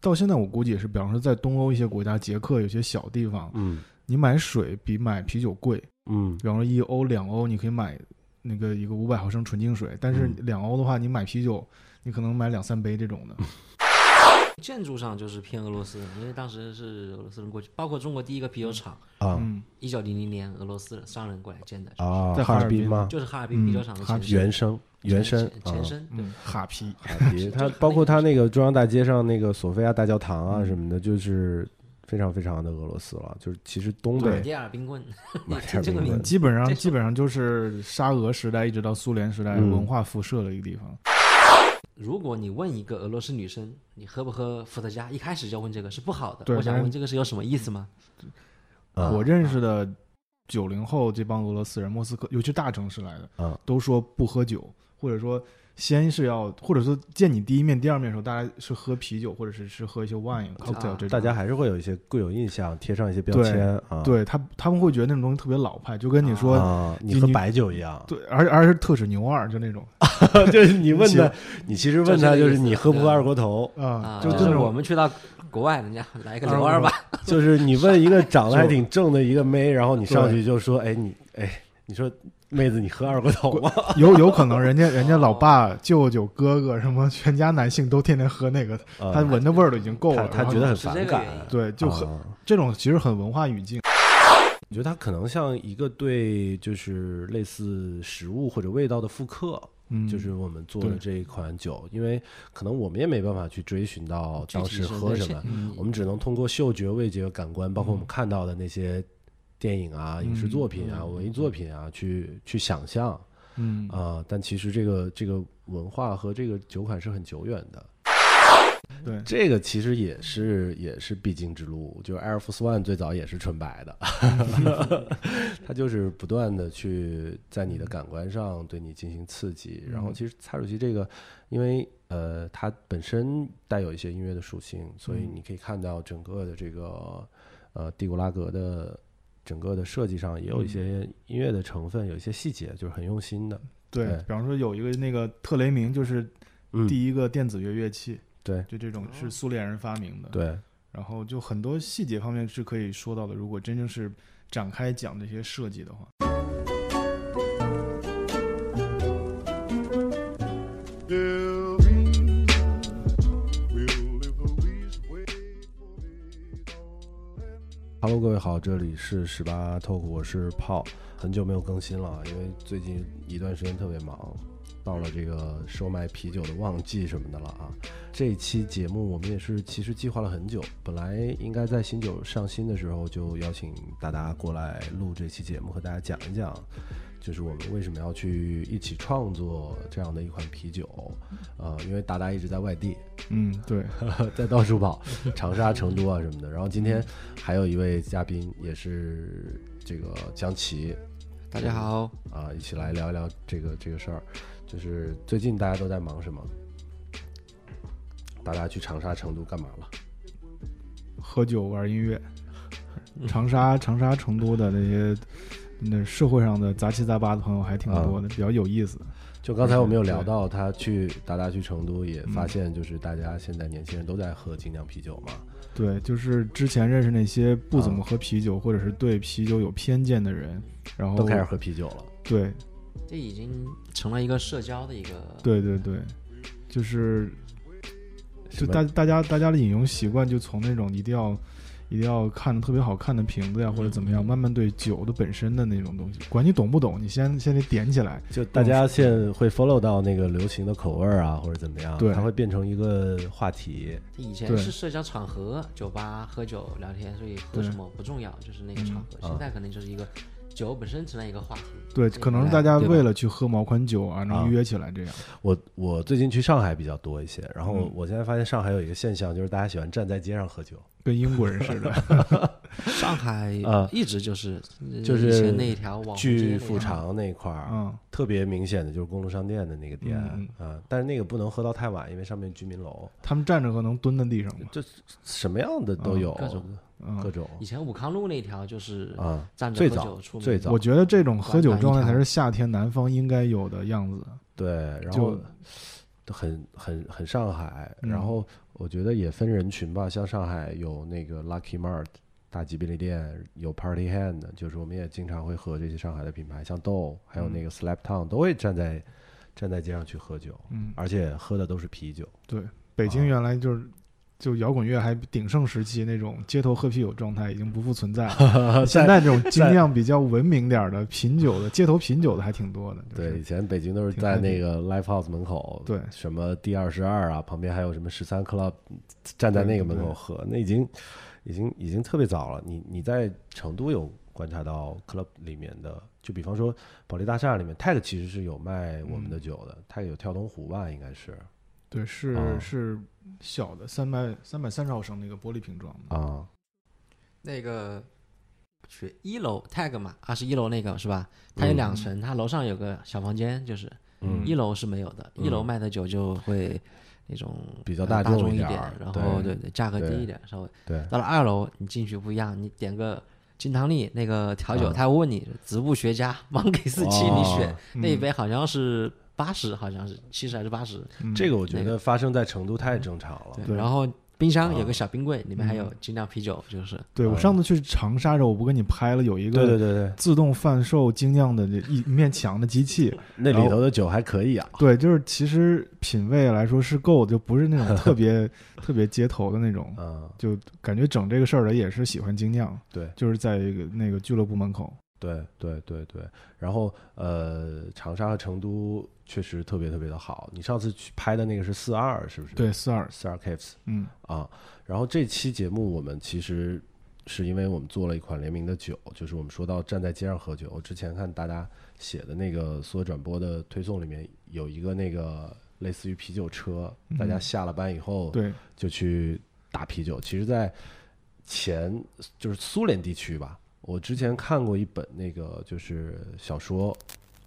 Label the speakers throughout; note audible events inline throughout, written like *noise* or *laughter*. Speaker 1: 到现在我估计也是，比方说在东欧一些国家，捷克有些小地方，
Speaker 2: 嗯
Speaker 1: 你买水比买啤酒贵，
Speaker 2: 嗯
Speaker 1: 比方说一欧两欧，你可以买那个一个五百毫升纯净水，但是
Speaker 2: 嗯
Speaker 1: 两欧的话，你买啤酒，你可能买两三杯这种的。
Speaker 3: 建筑上就是偏俄罗斯，因为当时是俄罗斯人过去，包括中国第一个啤酒厂，
Speaker 2: 啊
Speaker 1: 嗯，
Speaker 3: 一九零零年俄罗斯人商人过来建的，
Speaker 2: 啊，
Speaker 1: 在哈
Speaker 2: 哈
Speaker 1: 尔
Speaker 2: 尔滨
Speaker 1: 滨
Speaker 2: 吗？
Speaker 3: 就是哈尔滨啤酒厂的
Speaker 1: 嗯哈
Speaker 3: 前
Speaker 1: 尔
Speaker 2: 原
Speaker 3: 身，
Speaker 2: 生原生
Speaker 3: 前
Speaker 2: 啊，
Speaker 3: 前身对
Speaker 1: 嗯，哈啤，
Speaker 2: 哈尔滨，它包括它那个中央大街上那个索菲亚大教堂啊什么的，就是非常非常的俄罗斯了。就是其实东
Speaker 1: 对
Speaker 2: 北
Speaker 3: 马迭尔冰棍，
Speaker 2: *laughs* 马迭尔
Speaker 3: *laughs* 这个
Speaker 2: 冰
Speaker 3: 名
Speaker 2: 棍
Speaker 3: 字
Speaker 1: 基本上
Speaker 3: 这
Speaker 1: 基本上就是沙俄时代一直到苏联时代
Speaker 2: 嗯
Speaker 1: 文化辐射的一个地方。
Speaker 3: 如果你问一个俄罗斯女生，你喝不喝伏特加，一开始就问这个是不好的。
Speaker 1: 对
Speaker 3: 我想
Speaker 1: 但是
Speaker 3: 问这个是有什么意思吗？
Speaker 2: 啊
Speaker 1: 我认识的九零后这帮俄罗斯人，莫斯科，尤其大城市来的，
Speaker 2: 啊
Speaker 1: 都说不喝酒，或者说先是要，或者说见你第一面、第二面的时候，大家是喝啤酒，或者是是喝一些 wine、cocktail 这种。
Speaker 2: 大家还是会有一些固有印象，贴上一些标
Speaker 1: 对
Speaker 2: 签啊。
Speaker 1: 对他他们会觉得那种东西特别老派，就跟你说，
Speaker 2: 啊，你
Speaker 1: 你
Speaker 2: 和
Speaker 1: 你
Speaker 2: 白酒一样，
Speaker 1: 对，而而是特指牛二，就那种
Speaker 2: *laughs* 就是你问他，你其实问他
Speaker 3: 就
Speaker 2: 就是
Speaker 3: 这个意
Speaker 2: 是
Speaker 3: 思
Speaker 2: 你喝不喝
Speaker 3: 对
Speaker 2: 二锅头，
Speaker 1: 啊
Speaker 3: 啊，，
Speaker 1: 就
Speaker 2: 这啊
Speaker 1: 这
Speaker 3: 是我
Speaker 1: 种。
Speaker 3: 们去到国外，人家来个牛二吧，
Speaker 2: 就是你问一个长得还挺正的一个妹，然后你上去就说，哎你哎，你说妹子你喝二锅头吗？
Speaker 1: 有有可能人
Speaker 3: *laughs*
Speaker 1: 家人家老爸、舅舅、哥哥什么，全家男性都天天喝那个，
Speaker 2: 啊
Speaker 1: 他闻的味儿都已经够
Speaker 2: 他
Speaker 1: 了。
Speaker 2: 他
Speaker 1: 然后
Speaker 2: 觉得很
Speaker 3: *laughs* 是这
Speaker 2: 反
Speaker 3: 个
Speaker 2: 感
Speaker 3: 原因，
Speaker 1: 对，就很
Speaker 2: 啊
Speaker 1: 这种其实很文化语境。
Speaker 2: 我觉得它可能像一个对就是类似食物或者味道的复刻，
Speaker 1: 嗯，
Speaker 2: 就是我们做的
Speaker 1: 对
Speaker 2: 这一款酒，因为可能我们也没办法去追寻到当时喝什么，
Speaker 3: 嗯
Speaker 2: 我们只能通过嗅觉、味觉、感官，包括我们看到的那些电影啊、影视作品啊、
Speaker 1: 嗯
Speaker 2: 文艺作品啊，去去想象啊、
Speaker 1: 嗯
Speaker 2: 但其实这个这个文化和这个酒款是很久远的。
Speaker 1: 嗯对，
Speaker 2: 这个其实也是也是必经之路，就是 Air Force One 最早也是纯白的，它就是不断的去在你的感官上对你进行刺激。然后其实蔡主席这个，因为呃它本身带有一些音乐的属性，所以你可以看到整个的这个呃帝古拉格的。整个的设计上也有一些音乐的成分，有一些细节就是很用心的。
Speaker 1: 对
Speaker 2: 对，
Speaker 1: 比方说有一个那个特雷明，就是
Speaker 2: 嗯，
Speaker 1: 第一个电子乐乐器，
Speaker 2: 对
Speaker 1: 就这种是苏联人发明的。，
Speaker 2: 对，
Speaker 1: 然后就很多细节方面是可以说到的。如果真正是展开讲这些设计的话，
Speaker 4: buildings will live always wait for it all and
Speaker 2: Hello，各位好，这里是十八 Talk，我是炮，很久没有更新了，因为最近一段时间特别忙，到了这个售卖啤酒的旺季什么的了啊。这一期节目我们也是其实计划了很久，本来应该在新酒上新的时候就邀请达达过来录这期节目，和大家讲一讲，就是我们为什么要去一起创作这样的一款啤酒，呃，因为达达一直在外地，
Speaker 1: 嗯，对，
Speaker 2: *laughs* 在到处跑，长沙、成都啊什么的。然后今天还有一位嘉宾，也是这个江奇
Speaker 3: 大家好，
Speaker 2: 啊，一起来聊一聊这个这个事儿。就是最近大家都在忙什么？大家去长沙、成都干嘛了？
Speaker 1: 喝酒玩音乐，长沙、长沙、成都的那些。那社会上的杂七杂八的朋友还挺
Speaker 2: 啊
Speaker 1: 多的，比较有意思。
Speaker 2: 就刚才我们有聊到，他去达达去成都，也发现就是大家现在年轻人都在喝精酿啤酒嘛。
Speaker 1: 对，就是之前认识那些不怎么
Speaker 2: 啊
Speaker 1: 喝啤酒，或者是对啤酒有偏见的人，然后
Speaker 2: 都开始喝啤酒了，
Speaker 1: 对
Speaker 3: 这已经成了一个社交的一个
Speaker 1: 对对对，就是
Speaker 2: 什
Speaker 1: 就
Speaker 2: 么
Speaker 1: 大大家大家的饮用习惯就从那种一定要一定要看的特别好看的瓶子呀，或者怎么
Speaker 2: 嗯
Speaker 1: 样，慢慢对酒的本身的那种东西，管你懂不懂，你先先得点起来。
Speaker 2: 就大家现在会 follow 到那个流行的口味儿啊，或者怎么样，
Speaker 1: 对
Speaker 2: 它会变成一个话题。
Speaker 3: 以前
Speaker 1: 对
Speaker 3: 是社交场合，酒吧喝酒聊天，所以喝
Speaker 1: 对
Speaker 3: 什么不重要，就是那个场合。
Speaker 2: 啊
Speaker 3: 现在可能就是一个酒本身成了一个话题。
Speaker 1: 对，
Speaker 3: 这
Speaker 1: 可能
Speaker 3: 个
Speaker 1: 大家
Speaker 2: 对吧
Speaker 1: 为了去喝某款酒啊，
Speaker 2: 啊
Speaker 1: 能约起来这样。
Speaker 2: 我我最近去上海比较多一些，然后
Speaker 1: 嗯
Speaker 2: 我现在发现上海有一个现象，就是大家喜欢站在街上喝酒，
Speaker 1: 跟英国人似的，
Speaker 2: *laughs*
Speaker 3: 上海
Speaker 2: 啊
Speaker 3: 一直就是
Speaker 2: 就是
Speaker 3: 以前那一条
Speaker 1: 哦
Speaker 3: 网红街
Speaker 2: 去
Speaker 3: 那
Speaker 2: 富
Speaker 3: 条
Speaker 2: 长那块儿，
Speaker 1: 嗯，
Speaker 2: 特别明显的就是公路商店的那个店啊
Speaker 1: 嗯、
Speaker 2: 但是那个不能喝到太晚，因为上面居民楼，
Speaker 1: 他们站着可能蹲在地上嘛，
Speaker 2: 什么样的都有，
Speaker 3: 各种
Speaker 1: 嗯，
Speaker 2: 各种
Speaker 3: 以前武康路那条就是
Speaker 2: 啊，
Speaker 3: 站着
Speaker 2: 最
Speaker 3: 喝
Speaker 2: 早
Speaker 3: 酒出门，
Speaker 2: 最早
Speaker 1: 我觉得这种喝酒
Speaker 3: 晚晚一
Speaker 1: 状态才
Speaker 3: 摊
Speaker 1: 是夏天南方应该有的样子。
Speaker 2: 对，然
Speaker 1: 就
Speaker 2: 后都很很很上海，
Speaker 1: 嗯
Speaker 2: 然后我觉得也分人群吧，像上海有那个 Lucky Mart 大吉便利店，有 Party Hand，就是我们也经常会和这些上海的品牌，像豆，还有那
Speaker 1: 嗯
Speaker 2: 个 Slap Town 都会站在站在街上去喝酒，
Speaker 1: 嗯，
Speaker 2: 而且喝的都是啤
Speaker 1: *laughs*
Speaker 2: 酒。
Speaker 1: 北京
Speaker 2: 啊
Speaker 1: 原来就是。就摇滚乐还鼎盛时期那种街头喝啤酒状态已经不复存在了， *laughs* 现在这种精酿比较文明点儿的品酒的街头品酒的还挺多的。就是
Speaker 2: 对，以前北京都是
Speaker 1: 挺
Speaker 2: 在
Speaker 1: happy
Speaker 2: 那个 Live House 门口，
Speaker 1: 对
Speaker 2: 什么第二十二啊，旁边还有什么十三 Club，站在
Speaker 1: 对
Speaker 2: 那个
Speaker 1: 对
Speaker 2: 门口
Speaker 1: 对
Speaker 2: 喝，那已经已经已经特别早了。你你在成都有观察到 club 里面的，就比方说保利大厦里面 Tag 其实是有卖我们的酒的、t a g 有跳东湖吧，应该是
Speaker 1: 对，是、
Speaker 2: 啊
Speaker 1: 是小的三百三百三十毫升那个玻璃瓶装的，
Speaker 2: 啊，
Speaker 3: 那个去一楼 tag 嘛，二十一楼那个是吧？它有
Speaker 2: 嗯
Speaker 3: 两层，它楼上有个小房间，就是
Speaker 2: 嗯
Speaker 3: 一楼是没有的，一楼
Speaker 2: 嗯
Speaker 3: 卖的酒就会那种
Speaker 2: 比较
Speaker 3: 呃
Speaker 2: 大
Speaker 3: 大
Speaker 2: 众一
Speaker 3: 一
Speaker 2: 点儿
Speaker 3: 然后
Speaker 2: 对
Speaker 3: 对对，价格低
Speaker 2: 对
Speaker 3: 一点，稍微。
Speaker 2: 对，
Speaker 3: 到了二楼，你进去不一样，你点个金汤力那个调酒，
Speaker 2: 啊
Speaker 3: 他问你植物学家芒给四七，你选
Speaker 2: 哦
Speaker 1: 嗯
Speaker 3: 那一杯好像是八十，好像是七十还是八十，
Speaker 1: 嗯
Speaker 2: 这个我觉
Speaker 3: 那嗯
Speaker 2: 得发生在成都太正常了，
Speaker 1: 对嗯
Speaker 3: 然后。冰箱有
Speaker 2: 啊
Speaker 3: 个小冰柜，里面还有精酿啤酒，就是
Speaker 1: 对我上次去长沙的时候，我不跟你拍了有一
Speaker 2: 呃对
Speaker 1: 个
Speaker 2: 对对对，
Speaker 1: 自动贩售精酿的这一面墙的机
Speaker 2: *laughs*
Speaker 1: 器，
Speaker 2: 那里头的酒还可以啊，
Speaker 1: 对，就是其实品味来说是够的，就不是那种特
Speaker 2: *laughs*
Speaker 1: 别特别街头的那种，
Speaker 2: 嗯，
Speaker 1: 就感觉整这个事儿的也是喜欢精酿，
Speaker 2: 对。
Speaker 1: 就是在一个那个俱乐部门口，
Speaker 2: 对对对对，然后呃，长沙和成都确实特别特别的好。你上次去拍的那个是四二，是不是？
Speaker 1: 对，四二，
Speaker 2: 四二 Caves
Speaker 1: 嗯
Speaker 2: 啊。然后这期节目我们其实是因为我们做了一款联名的酒，就是我们说到站在街上喝酒。我之前看大家写的那个所有转播的推送里面有一个那个类似于啤酒车，大家
Speaker 1: 嗯
Speaker 2: 下了班以后
Speaker 1: 对，
Speaker 2: 就去打啤酒。其实，在前就是苏联地区吧，我之前看过一本那个就是小说，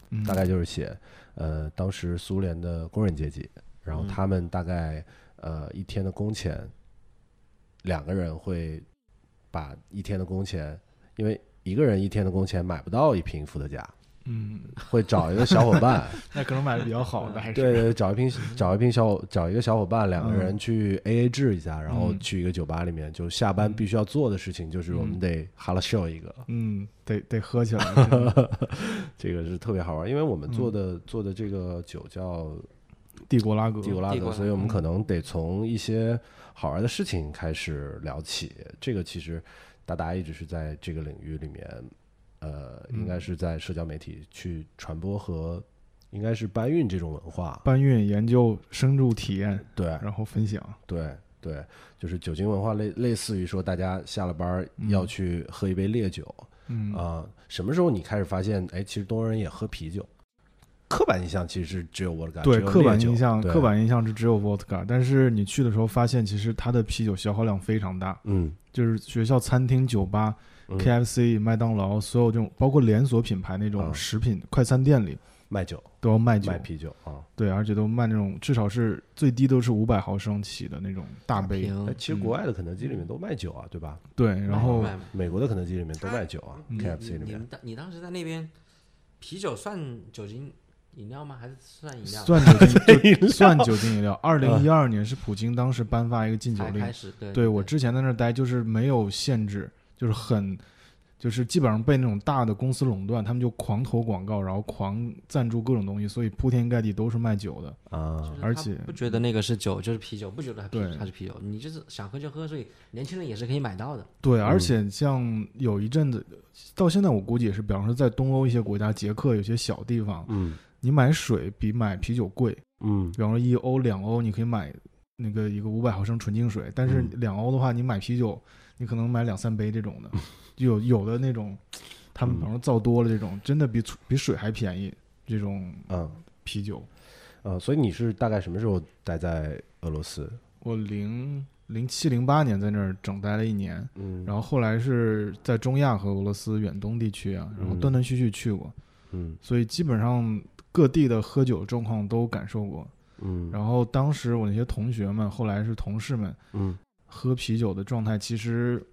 Speaker 1: 嗯
Speaker 2: 大概就是写呃当时苏联的工人阶级，然后
Speaker 3: 嗯
Speaker 2: 他们大概呃一天的工钱，两个人会把一天的工钱，因为一个人一天的工钱买不到一瓶伏特加，
Speaker 1: 嗯，
Speaker 2: 会找一个小伙伴。
Speaker 1: *laughs* 那可能买的比较好的还是
Speaker 2: 嗯对对，找一瓶找一瓶小伙找一个小伙伴，两个
Speaker 1: 嗯
Speaker 2: 人去 A A 制一下，然后
Speaker 1: 嗯
Speaker 2: 去一个酒吧里面，就下班必须要做的事情就是我们
Speaker 1: 嗯
Speaker 2: 得哈拉秀一个，
Speaker 1: 嗯，得得喝起来，真
Speaker 2: *laughs*
Speaker 1: 的
Speaker 2: 这个是特别好玩，因为我们
Speaker 1: 嗯
Speaker 2: 做的做的这个酒叫
Speaker 1: 帝国拉格，
Speaker 2: 帝国拉
Speaker 3: 帝国
Speaker 2: 格，
Speaker 3: 拉
Speaker 2: 所以我们
Speaker 1: 嗯
Speaker 2: 可能得从一些好玩的事情开始聊起。这个其实达达一直是在这个领域里面，呃，应
Speaker 1: 嗯
Speaker 2: 该是在社交媒体去传播和应该是搬运这种文化，
Speaker 1: 搬运、研究、深入体验，
Speaker 2: 对，
Speaker 1: 然后分享。
Speaker 2: 对对，就是酒精文化类类似于说，大家下了班儿
Speaker 1: 嗯
Speaker 2: 要去喝一杯烈酒啊、
Speaker 1: 嗯，
Speaker 2: 什么时候你开始发现，哎，其实东欧人也喝啤酒？刻板印象其实是只有 vodka，
Speaker 1: 对，
Speaker 2: 只有
Speaker 1: 刻板
Speaker 2: 烈酒
Speaker 1: 印象，
Speaker 2: 对
Speaker 1: 刻板印象是只有 vodka，但是你去的时候发现，其实它的啤酒消耗量非常大，
Speaker 2: 嗯
Speaker 1: 就是学校餐厅、酒吧、
Speaker 2: 嗯
Speaker 1: KFC、麦当劳，所有这种包括连锁品牌那
Speaker 2: 啊
Speaker 1: 种食品快餐店里
Speaker 2: 卖酒
Speaker 1: 都要卖酒
Speaker 2: 卖，啤酒啊。
Speaker 1: 对，而且都卖那种至少是最低都是五百毫升起的那种大杯，
Speaker 2: 哎
Speaker 3: 瓶，
Speaker 2: 其实国外的肯德基里面都卖酒啊，对吧？
Speaker 1: 对，呃然后
Speaker 3: 卖卖
Speaker 2: 美国的肯德基里面都卖酒啊
Speaker 1: 嗯
Speaker 2: ，KFC 里
Speaker 3: 你
Speaker 2: 面
Speaker 3: 们当你当时在那边，啤酒算酒精饮料吗？还是算饮料？
Speaker 1: 算酒精
Speaker 2: 饮料嗯
Speaker 1: 就算酒精饮料。二零一二年是普京当时颁发一个禁酒
Speaker 3: 才
Speaker 1: 令
Speaker 3: 开，始对
Speaker 1: 对我之前在那儿待就是没有限制，就是很，就是基本上被那种大的公司垄断，他们就狂投广告，然后狂赞助各种东西，所以铺天盖地都是卖酒的。
Speaker 2: 啊
Speaker 3: 就是，
Speaker 1: 而
Speaker 3: 他
Speaker 1: 且
Speaker 3: 不觉得那个是酒就是啤酒，不觉得它啤
Speaker 1: 对
Speaker 3: 它是啤酒，你就是想喝就喝，所以年轻人也是可以买到的。
Speaker 1: 对，
Speaker 2: 嗯
Speaker 1: 而且像有一阵子，到现在我估计也是，比方说在东欧一些国家，捷克有些小地方，
Speaker 2: 嗯
Speaker 1: 你买水比买啤酒贵，
Speaker 2: 嗯
Speaker 1: 比方说一欧两欧，你可以买那个一个五百毫升纯净水，但是
Speaker 2: 嗯
Speaker 1: 两欧的话，你买啤酒，你可能买两三杯这种的，就有有的那种，他们
Speaker 2: 嗯
Speaker 1: 比方说造多了这种，真的比醋比水还便宜这种
Speaker 2: 嗯
Speaker 1: 啤酒。
Speaker 2: 啊，所以你是大概什么时候待在俄罗斯？
Speaker 1: 我零零七零八年在那儿整待了一年，
Speaker 2: 嗯，
Speaker 1: 然后后来是在中亚和俄罗斯远东地区啊，然后
Speaker 2: 嗯
Speaker 1: 断断续续去过，
Speaker 2: 嗯
Speaker 1: 所以基本上各地的喝酒状况都感受过。
Speaker 2: 嗯，
Speaker 1: 然后当时我那些同学们，后来是同事们。
Speaker 2: 嗯
Speaker 1: 喝啤酒的状态，其实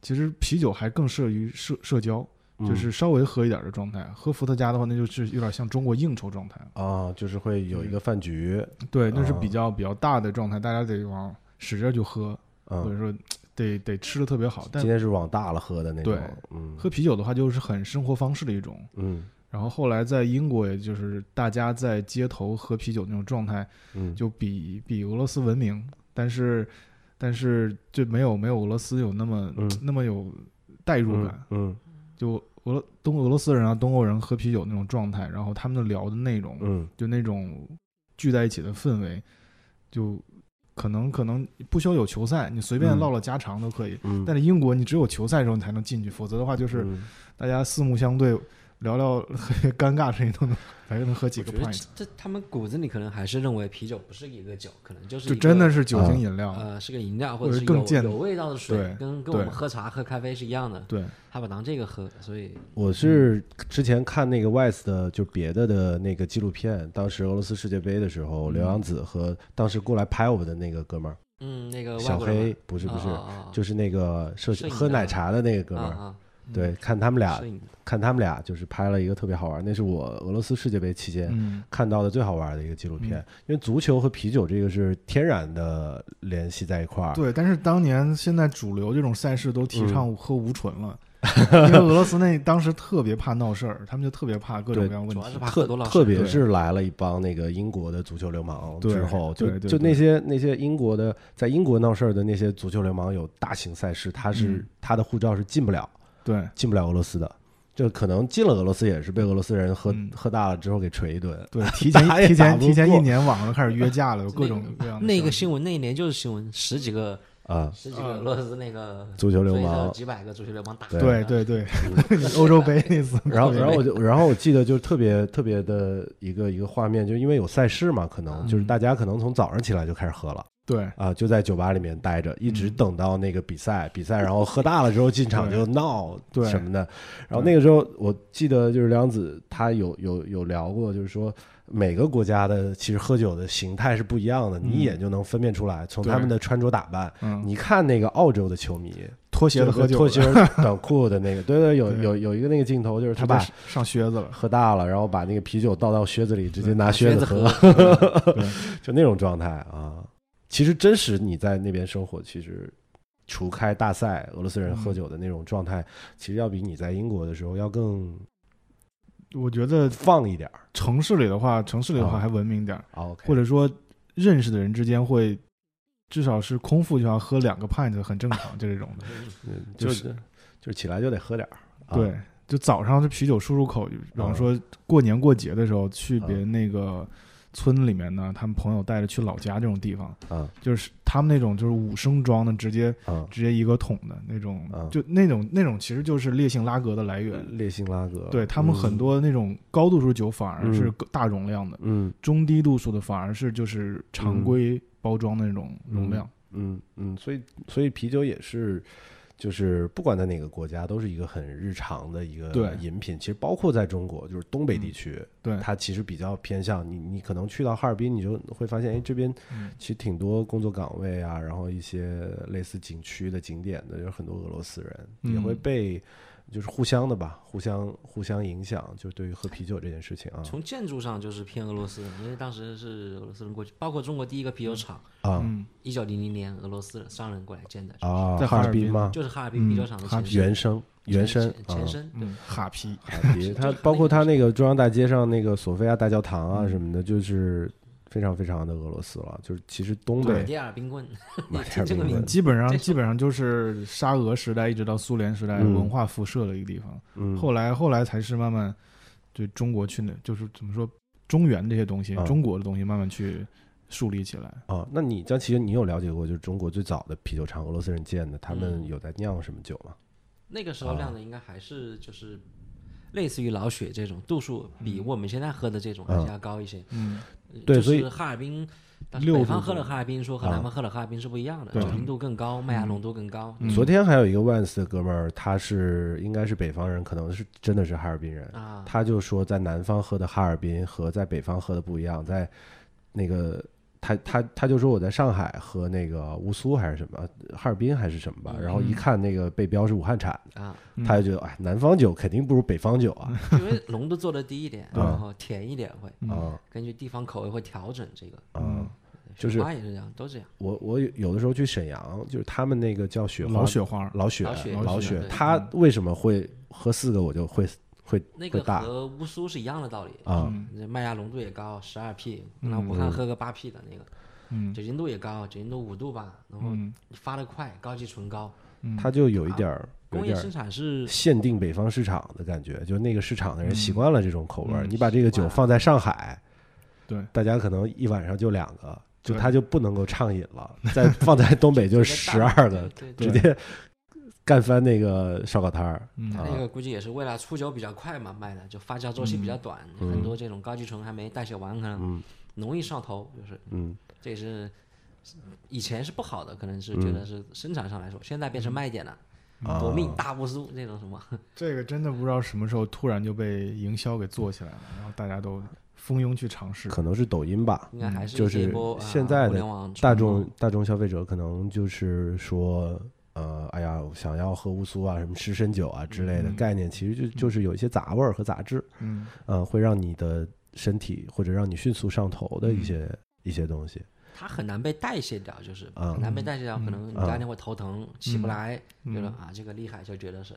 Speaker 1: 其实啤酒还更适于社社交，
Speaker 2: 嗯
Speaker 1: 就是稍微喝一点的状态。喝伏特加的话，那就是有点像中国应酬状态了。
Speaker 2: 啊，就是会有一个饭局，
Speaker 1: 对，那是
Speaker 2: 啊
Speaker 1: 比较比较大的状态，大家得往使劲儿去喝，或者
Speaker 2: 嗯，
Speaker 1: 说得得吃的特别好。但
Speaker 2: 今天是往大了喝的那种
Speaker 1: 对，
Speaker 2: 嗯，
Speaker 1: 喝啤酒的话，就是很生活方式的一种。
Speaker 2: 嗯
Speaker 1: 然后后来在英国，也就是大家在街头喝啤酒那种状态，
Speaker 2: 嗯，
Speaker 1: 就比比俄罗斯文明，但是但是就没有没有俄罗斯有那么、
Speaker 2: 嗯
Speaker 1: 那么有代入感。
Speaker 2: 嗯
Speaker 1: 就俄罗东俄罗斯人啊，东欧人喝啤酒那种状态，然后他们的聊的内容，
Speaker 2: 嗯
Speaker 1: 就那种聚在一起的氛围，就可能可能不需要有球赛，你随便
Speaker 2: 嗯
Speaker 1: 唠唠家常都可以。
Speaker 2: 嗯，
Speaker 1: 但是英国，你只有球赛的时候你才能进去，否则的话就是
Speaker 2: 嗯
Speaker 1: 大家四目相对，聊聊尴尬的事情都能，反正能喝几
Speaker 3: 我
Speaker 1: 个
Speaker 3: 觉得
Speaker 1: pint，
Speaker 3: 这这他们骨子里可能还是认为啤酒不是一个酒，可能就是
Speaker 1: 就
Speaker 3: 一
Speaker 1: 真的
Speaker 3: 个
Speaker 1: 是酒精饮料。
Speaker 3: 呃是个饮料
Speaker 1: 或
Speaker 3: 或
Speaker 1: 者
Speaker 3: 者
Speaker 1: 是
Speaker 3: 是
Speaker 1: 更
Speaker 3: 有
Speaker 1: 健
Speaker 3: 有味道的水
Speaker 1: 对，
Speaker 3: 跟跟我们
Speaker 1: 对
Speaker 3: 喝茶喝咖啡是一样的，
Speaker 1: 对，
Speaker 3: 他把当这个喝，所以
Speaker 2: 我是
Speaker 1: 嗯
Speaker 2: 之前看那个 West 的，就别的的那个纪录片，当时俄罗斯世界杯的时候，刘
Speaker 1: 嗯
Speaker 2: 洋子和当时过来拍我们的那个哥们儿
Speaker 3: 嗯那个外
Speaker 2: 小
Speaker 3: 国人
Speaker 2: 黑
Speaker 3: 嘛，
Speaker 2: 不是不是
Speaker 3: 啊，啊啊
Speaker 2: 就是那个摄
Speaker 3: 摄影的
Speaker 2: 喝奶茶的那个哥们
Speaker 3: 啊
Speaker 2: 儿，
Speaker 3: 啊
Speaker 2: 对，看他们俩
Speaker 3: 摄影的
Speaker 2: 看他们俩就是拍了一个特别好玩，那是我俄罗斯世界杯期间
Speaker 1: 嗯，
Speaker 2: 看到的最好玩的一个纪录片
Speaker 1: 嗯，
Speaker 2: 因为足球和啤酒这个是天然的联系在一块儿，
Speaker 1: 对。但是当年现在主流这种赛事都提
Speaker 2: 啊嗯
Speaker 1: 倡喝无醇了，因为俄罗斯那当时特别怕闹事儿，他们就特别怕各种
Speaker 2: 对
Speaker 1: 各样的
Speaker 3: 主
Speaker 1: 问题
Speaker 3: 要是。怕
Speaker 2: 特
Speaker 3: 喝多了
Speaker 2: 特别
Speaker 1: 对
Speaker 2: 是来了一帮那个英国的足球流氓
Speaker 1: 对
Speaker 2: 之后，就
Speaker 1: 对对
Speaker 2: 就
Speaker 1: 对
Speaker 2: 那些那些英国的在英国闹事儿的那些足球流氓，有大型赛事，他是、
Speaker 1: 嗯
Speaker 2: 他的护照是进不了
Speaker 1: 对，
Speaker 2: 进不了俄罗斯的，就可能进了俄罗斯也是被俄罗斯人喝、
Speaker 1: 嗯
Speaker 2: 喝大了之后给锤一顿。
Speaker 1: 对，提前
Speaker 2: *laughs* 打也
Speaker 1: 提
Speaker 2: 打
Speaker 1: 前
Speaker 2: 不
Speaker 1: 提前一
Speaker 2: 过
Speaker 1: 年，网上开始约架了，有各种各样的
Speaker 3: 那个
Speaker 1: 消息
Speaker 3: 新闻那一年就是新闻，十几个
Speaker 2: 啊，
Speaker 3: 十几个俄罗斯那个
Speaker 2: 足球流
Speaker 3: 追着
Speaker 2: 氓。
Speaker 3: 几百个足球流氓打，
Speaker 2: 对
Speaker 1: 对，对对， *laughs* 欧洲杯那次，
Speaker 2: 嗯然后，
Speaker 1: 对
Speaker 2: 然后我就，然后我记得就特别特别的一个一个画面，就因为有赛事嘛，可能就是
Speaker 1: 嗯
Speaker 2: 大家可能从早上起来就开始喝了
Speaker 1: 对
Speaker 2: 啊，就在酒吧里面待着，一直
Speaker 1: 嗯
Speaker 2: 等到那个比赛，比赛，然后喝大了之后进场就闹
Speaker 1: 对
Speaker 2: 什么的。然后
Speaker 1: 对
Speaker 2: 那个时候，我记得就是梁子他有有有聊过，就是说每个国家的其实喝酒的形态是不一样的，你一眼就能分辨出来，从他们的穿着打扮。
Speaker 1: 嗯，
Speaker 2: 你看那个澳洲的球迷，
Speaker 1: 拖鞋的喝酒了，
Speaker 2: 拖鞋儿短裤的
Speaker 1: *laughs*
Speaker 2: 那个，对对，有
Speaker 1: 对
Speaker 2: 有有一个那个镜头，就是他
Speaker 1: 他
Speaker 2: 把
Speaker 1: 把上靴子了，
Speaker 2: 喝大了，然后把那个啤酒倒到靴子里，
Speaker 1: *laughs*
Speaker 2: 直接拿
Speaker 3: 靴
Speaker 2: 靴子
Speaker 3: 喝
Speaker 2: 喝，，
Speaker 1: 对，
Speaker 2: *laughs* 就那种状态啊。其实真实你在那边生活，其实除开大赛俄罗斯人喝酒的那种状态，其实要比你在英国的时候要更
Speaker 1: 我觉得
Speaker 2: 放一点儿。
Speaker 1: 城市里的话，城市里的话
Speaker 2: 啊
Speaker 1: 还文明点儿，
Speaker 2: 啊 OK，
Speaker 1: 或者说认识的人之间会，至少是空腹就要喝两个 pint，很正常，就这种的。
Speaker 2: 嗯就是就是起来就得喝点儿。啊
Speaker 1: 对，就早上这啤酒漱漱口，比方说过年过节的时候去
Speaker 2: 啊
Speaker 1: 别人那个村里面呢，他们朋友带着去老家这种地方，
Speaker 2: 啊
Speaker 1: 就是他们那种就是五升装的，直接
Speaker 2: 啊，
Speaker 1: 直接一个桶的那种
Speaker 2: 啊，
Speaker 1: 就那种那种其实就是烈性拉格的来源。
Speaker 2: 烈性拉格，
Speaker 1: 对他们很多那种高度数酒反而是
Speaker 2: 呃嗯
Speaker 1: 大容量的，
Speaker 2: 嗯，
Speaker 1: 中低度数的反而是就是常规包装的那种容量。
Speaker 2: 嗯嗯嗯，所以所以啤酒也是。就是不管在哪个国家，都是一个很日常的一个
Speaker 1: 对嗯
Speaker 2: 饮品。其实包括在中国，就是东北地区，
Speaker 1: 对，
Speaker 2: 它其实比较偏向你，你可能去到哈尔滨，你就会发现，哎，这边
Speaker 1: 嗯
Speaker 2: 其实挺多工作岗位啊，然后一些类似景区的景点的，有很多俄罗斯人也
Speaker 1: 嗯
Speaker 2: 会被，就是互相的吧，互相互相影响，就对于喝啤酒这件事情啊，
Speaker 3: 从建筑上就是偏俄罗斯，因为当时是俄罗斯人过去，包括中国第一个啤酒厂，
Speaker 2: 啊
Speaker 1: 嗯，
Speaker 3: 一九零零年俄罗斯人商人过来建的，
Speaker 2: 啊，
Speaker 1: 在哈尔
Speaker 2: 尔
Speaker 1: 滨
Speaker 2: 吗？
Speaker 3: 就是哈尔滨啤酒厂的
Speaker 1: 嗯哈
Speaker 3: 前
Speaker 1: 啤
Speaker 3: 身，
Speaker 2: 原生原
Speaker 3: 前
Speaker 2: 生
Speaker 3: 前
Speaker 2: 啊
Speaker 3: 前，身，对
Speaker 1: 嗯，哈啤，
Speaker 2: 哈尔 *laughs* 滨，啊它包括它那个中央大街上那个索菲亚大教堂啊什么的，就是非常非常的俄罗斯了，就是其实东
Speaker 1: 对
Speaker 2: 北
Speaker 3: 马迭尔冰棍， *laughs*
Speaker 2: 马嗯迭尔
Speaker 3: 这个
Speaker 2: 冰
Speaker 3: 名
Speaker 2: 棍
Speaker 1: 基本上
Speaker 3: 这
Speaker 1: 基本上就是沙俄时代一直到苏联时代
Speaker 2: 嗯
Speaker 1: 文化辐射的一个地方，
Speaker 2: 嗯
Speaker 1: 后来后来才是慢慢对中国去那就是怎么说中原这些东西，
Speaker 2: 啊
Speaker 1: 中国的东西慢慢去树立起来。
Speaker 2: 啊，那你江奇，你有了解过就是中国最早的啤酒厂，俄罗斯人建的，他们
Speaker 3: 嗯
Speaker 2: 有在酿什么酒吗？
Speaker 3: 那个时
Speaker 2: 啊
Speaker 3: 候酿的应该还是就是类似于老雪这种度数，比我们现在喝的这种还是要高一些。
Speaker 1: 嗯，
Speaker 2: 嗯啊对
Speaker 3: 就
Speaker 2: 所以
Speaker 3: 是哈尔滨，但是
Speaker 1: 六
Speaker 3: 北
Speaker 1: 度
Speaker 3: 方
Speaker 1: 多
Speaker 3: 喝了哈尔滨说和
Speaker 2: 啊
Speaker 3: 南方喝了哈尔滨是不一样的，
Speaker 1: 对
Speaker 3: 酒精度更高，麦芽浓度更高。
Speaker 1: 嗯
Speaker 2: 昨天还有一个万斯的哥们儿，他是应该是北方人，可能是真的是哈尔滨人，
Speaker 3: 啊，
Speaker 2: 他就说在南方喝的哈尔滨和在北方喝的不一样，在那个他他他就说我在上海喝那个乌苏还是什么哈尔滨还是什么吧，然后一看那个背标是武汉产， *laughs*
Speaker 3: 啊，
Speaker 1: 嗯
Speaker 2: 他就觉得哎，南方酒肯定不如北方酒啊
Speaker 3: 因为浓度做的低一点，
Speaker 2: 对
Speaker 3: 然后甜一点会
Speaker 1: 嗯
Speaker 2: 啊
Speaker 3: 根据地方口味会调整这个。
Speaker 2: 啊！就是
Speaker 3: 雪花也是这样，都这样。
Speaker 2: 我我有有的时候去沈阳，就是他们那个叫雪花
Speaker 1: 老雪花儿，
Speaker 2: 老雪
Speaker 3: 老雪
Speaker 2: 老
Speaker 3: 老
Speaker 2: 雪
Speaker 3: 雪，
Speaker 2: 他为什么会喝四个我就会会
Speaker 3: 那
Speaker 2: 会
Speaker 3: 个
Speaker 2: 大
Speaker 3: 和乌苏是一样的道理，
Speaker 1: 嗯
Speaker 2: 啊嗯
Speaker 3: 那麦芽浓度也高，十二 P，那武汉喝个八 P 的那个，
Speaker 1: 嗯
Speaker 3: 酒精度也高，酒精度五度吧，然后
Speaker 1: 嗯
Speaker 3: 发的快，高级醇高，
Speaker 2: 他就有一点儿有
Speaker 3: 嗯工
Speaker 2: 一
Speaker 3: 业
Speaker 2: 点儿
Speaker 3: 生产是
Speaker 2: 限定北方市场的感觉，就那个市场
Speaker 3: 嗯
Speaker 2: 的人习惯了这种口味儿。
Speaker 1: 嗯
Speaker 2: 你把这个酒放在上海，
Speaker 1: 对，
Speaker 2: 大家可能一晚上就两个，就
Speaker 1: 对
Speaker 2: 他就不能够畅饮
Speaker 3: *laughs*
Speaker 2: 了。再放在东北就是
Speaker 3: 直接
Speaker 2: 十
Speaker 3: 大
Speaker 2: 二个，
Speaker 3: 对对
Speaker 1: 对
Speaker 2: 直接干翻那个烧烤摊儿。
Speaker 1: 嗯
Speaker 2: 啊
Speaker 3: 那个估计也是为了出酒比较快嘛卖的，就发酵周期比较
Speaker 2: 嗯
Speaker 3: 短，很多这种高级醇还没代谢完，可能容易上头，就是
Speaker 2: 嗯，
Speaker 3: 这也是以前是不好的，可能是
Speaker 2: 嗯
Speaker 3: 觉得是生产上来说，现在变成卖点了，嗯
Speaker 2: 啊
Speaker 3: 夺命大乌苏那种什么，
Speaker 1: 这个真的不知道什么时候突然就被营销给做起来了，然后大家都蜂拥去尝试。
Speaker 2: 可能是抖音吧，
Speaker 3: 应该还是
Speaker 2: 嗯就
Speaker 3: 这一
Speaker 2: 是
Speaker 3: 波啊
Speaker 2: 现在
Speaker 3: 互联
Speaker 2: 的
Speaker 3: 网
Speaker 2: 大
Speaker 3: 传播
Speaker 2: 众大众消费者可能就是说。呃，哎呀，想要喝乌苏啊，什么湿身酒啊之类的
Speaker 1: 嗯
Speaker 2: 概念，其实就就是有一些杂味儿和杂质。
Speaker 1: 嗯，
Speaker 2: 呃，会让你的身体或者让你迅速上头的一些、一些东西。
Speaker 3: 它很难被代谢掉，就是
Speaker 2: 啊
Speaker 3: 很难被代谢掉，可能你
Speaker 2: 啊
Speaker 3: 第二天会头疼，起不来，
Speaker 1: 嗯
Speaker 3: 觉得啊这个厉害，就觉得是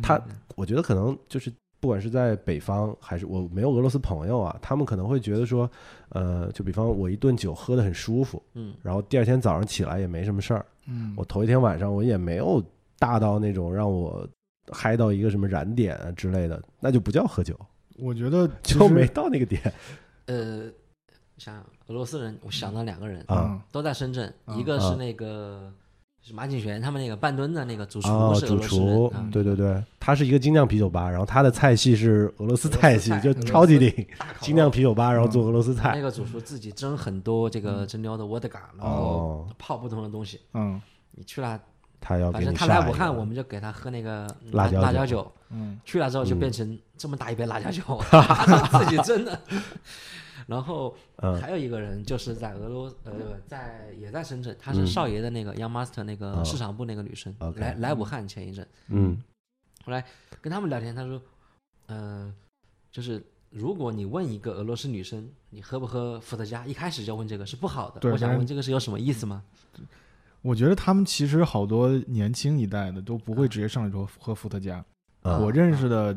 Speaker 2: 他我觉得可能就是不管是在北方还是我没有俄罗斯朋友啊，他们可能会觉得说，呃，就比方我一顿酒喝得很舒服，
Speaker 3: 嗯，
Speaker 2: 然后第二天早上起来也没什么事儿，
Speaker 1: 嗯，
Speaker 2: 我头一天晚上我也没有大到那种让我。嗨到一个什么燃点啊之类的，那就不叫喝酒，
Speaker 1: 我觉得其
Speaker 2: 就
Speaker 1: 实
Speaker 2: 没到那个点
Speaker 3: 呃，想俄罗斯人，我想到两个人，
Speaker 2: 啊。
Speaker 1: 嗯
Speaker 3: 都在深圳，
Speaker 1: 啊
Speaker 3: 一个
Speaker 2: 啊
Speaker 3: 是那个是马景玄他们那个半吨的那个主厨
Speaker 2: 啊，
Speaker 3: 是俄
Speaker 2: 主
Speaker 3: 罗斯人
Speaker 2: 厨
Speaker 3: 啊，，
Speaker 2: 对对对，他是一个精酿啤酒吧，然后他的菜系是俄罗斯菜系，
Speaker 3: 俄罗斯
Speaker 2: 就
Speaker 3: 菜
Speaker 2: 超级顶。
Speaker 3: 大烤嗯哎
Speaker 2: 精
Speaker 3: 肉
Speaker 2: 酿。啤酒吧，然后做俄罗斯菜
Speaker 3: 那。个主厨自己蒸很多这个蒸馏的伏特嘎，然
Speaker 2: 嗯
Speaker 3: 后
Speaker 2: 哦
Speaker 3: 泡不同的东西。
Speaker 1: 嗯
Speaker 3: 你去了，
Speaker 2: 他要
Speaker 3: 反
Speaker 2: 给
Speaker 3: 正
Speaker 2: 你
Speaker 3: 他
Speaker 2: 上
Speaker 3: 来武汉，我们就给他喝那个辣
Speaker 2: 椒
Speaker 3: 辣椒
Speaker 2: 酒
Speaker 3: 酒。
Speaker 1: 嗯
Speaker 3: 去了之后就变成这么大一杯辣椒酒，
Speaker 2: *laughs*
Speaker 3: 他自己蒸的。 *laughs* 然后
Speaker 2: 嗯
Speaker 3: 还有一个人就是在俄罗呃在也在深圳，
Speaker 1: 嗯
Speaker 3: 她是少爷的那个 Young Master 那个
Speaker 2: 哦
Speaker 3: 市场部那个女生，
Speaker 2: OK
Speaker 3: 来来武汉前一阵，
Speaker 2: 嗯
Speaker 3: 后来跟他们聊天，他说，嗯、就是如果你问一个俄罗斯女生你喝不喝伏特加，一开始就问这个是不好的。
Speaker 1: 对
Speaker 3: 我想
Speaker 1: 反正
Speaker 3: 问这个是有什么意思吗？
Speaker 1: 我觉得他们其实好多年轻一代的都不
Speaker 2: 嗯
Speaker 1: 会直接上来说喝伏特加。
Speaker 2: 啊
Speaker 1: 我认识的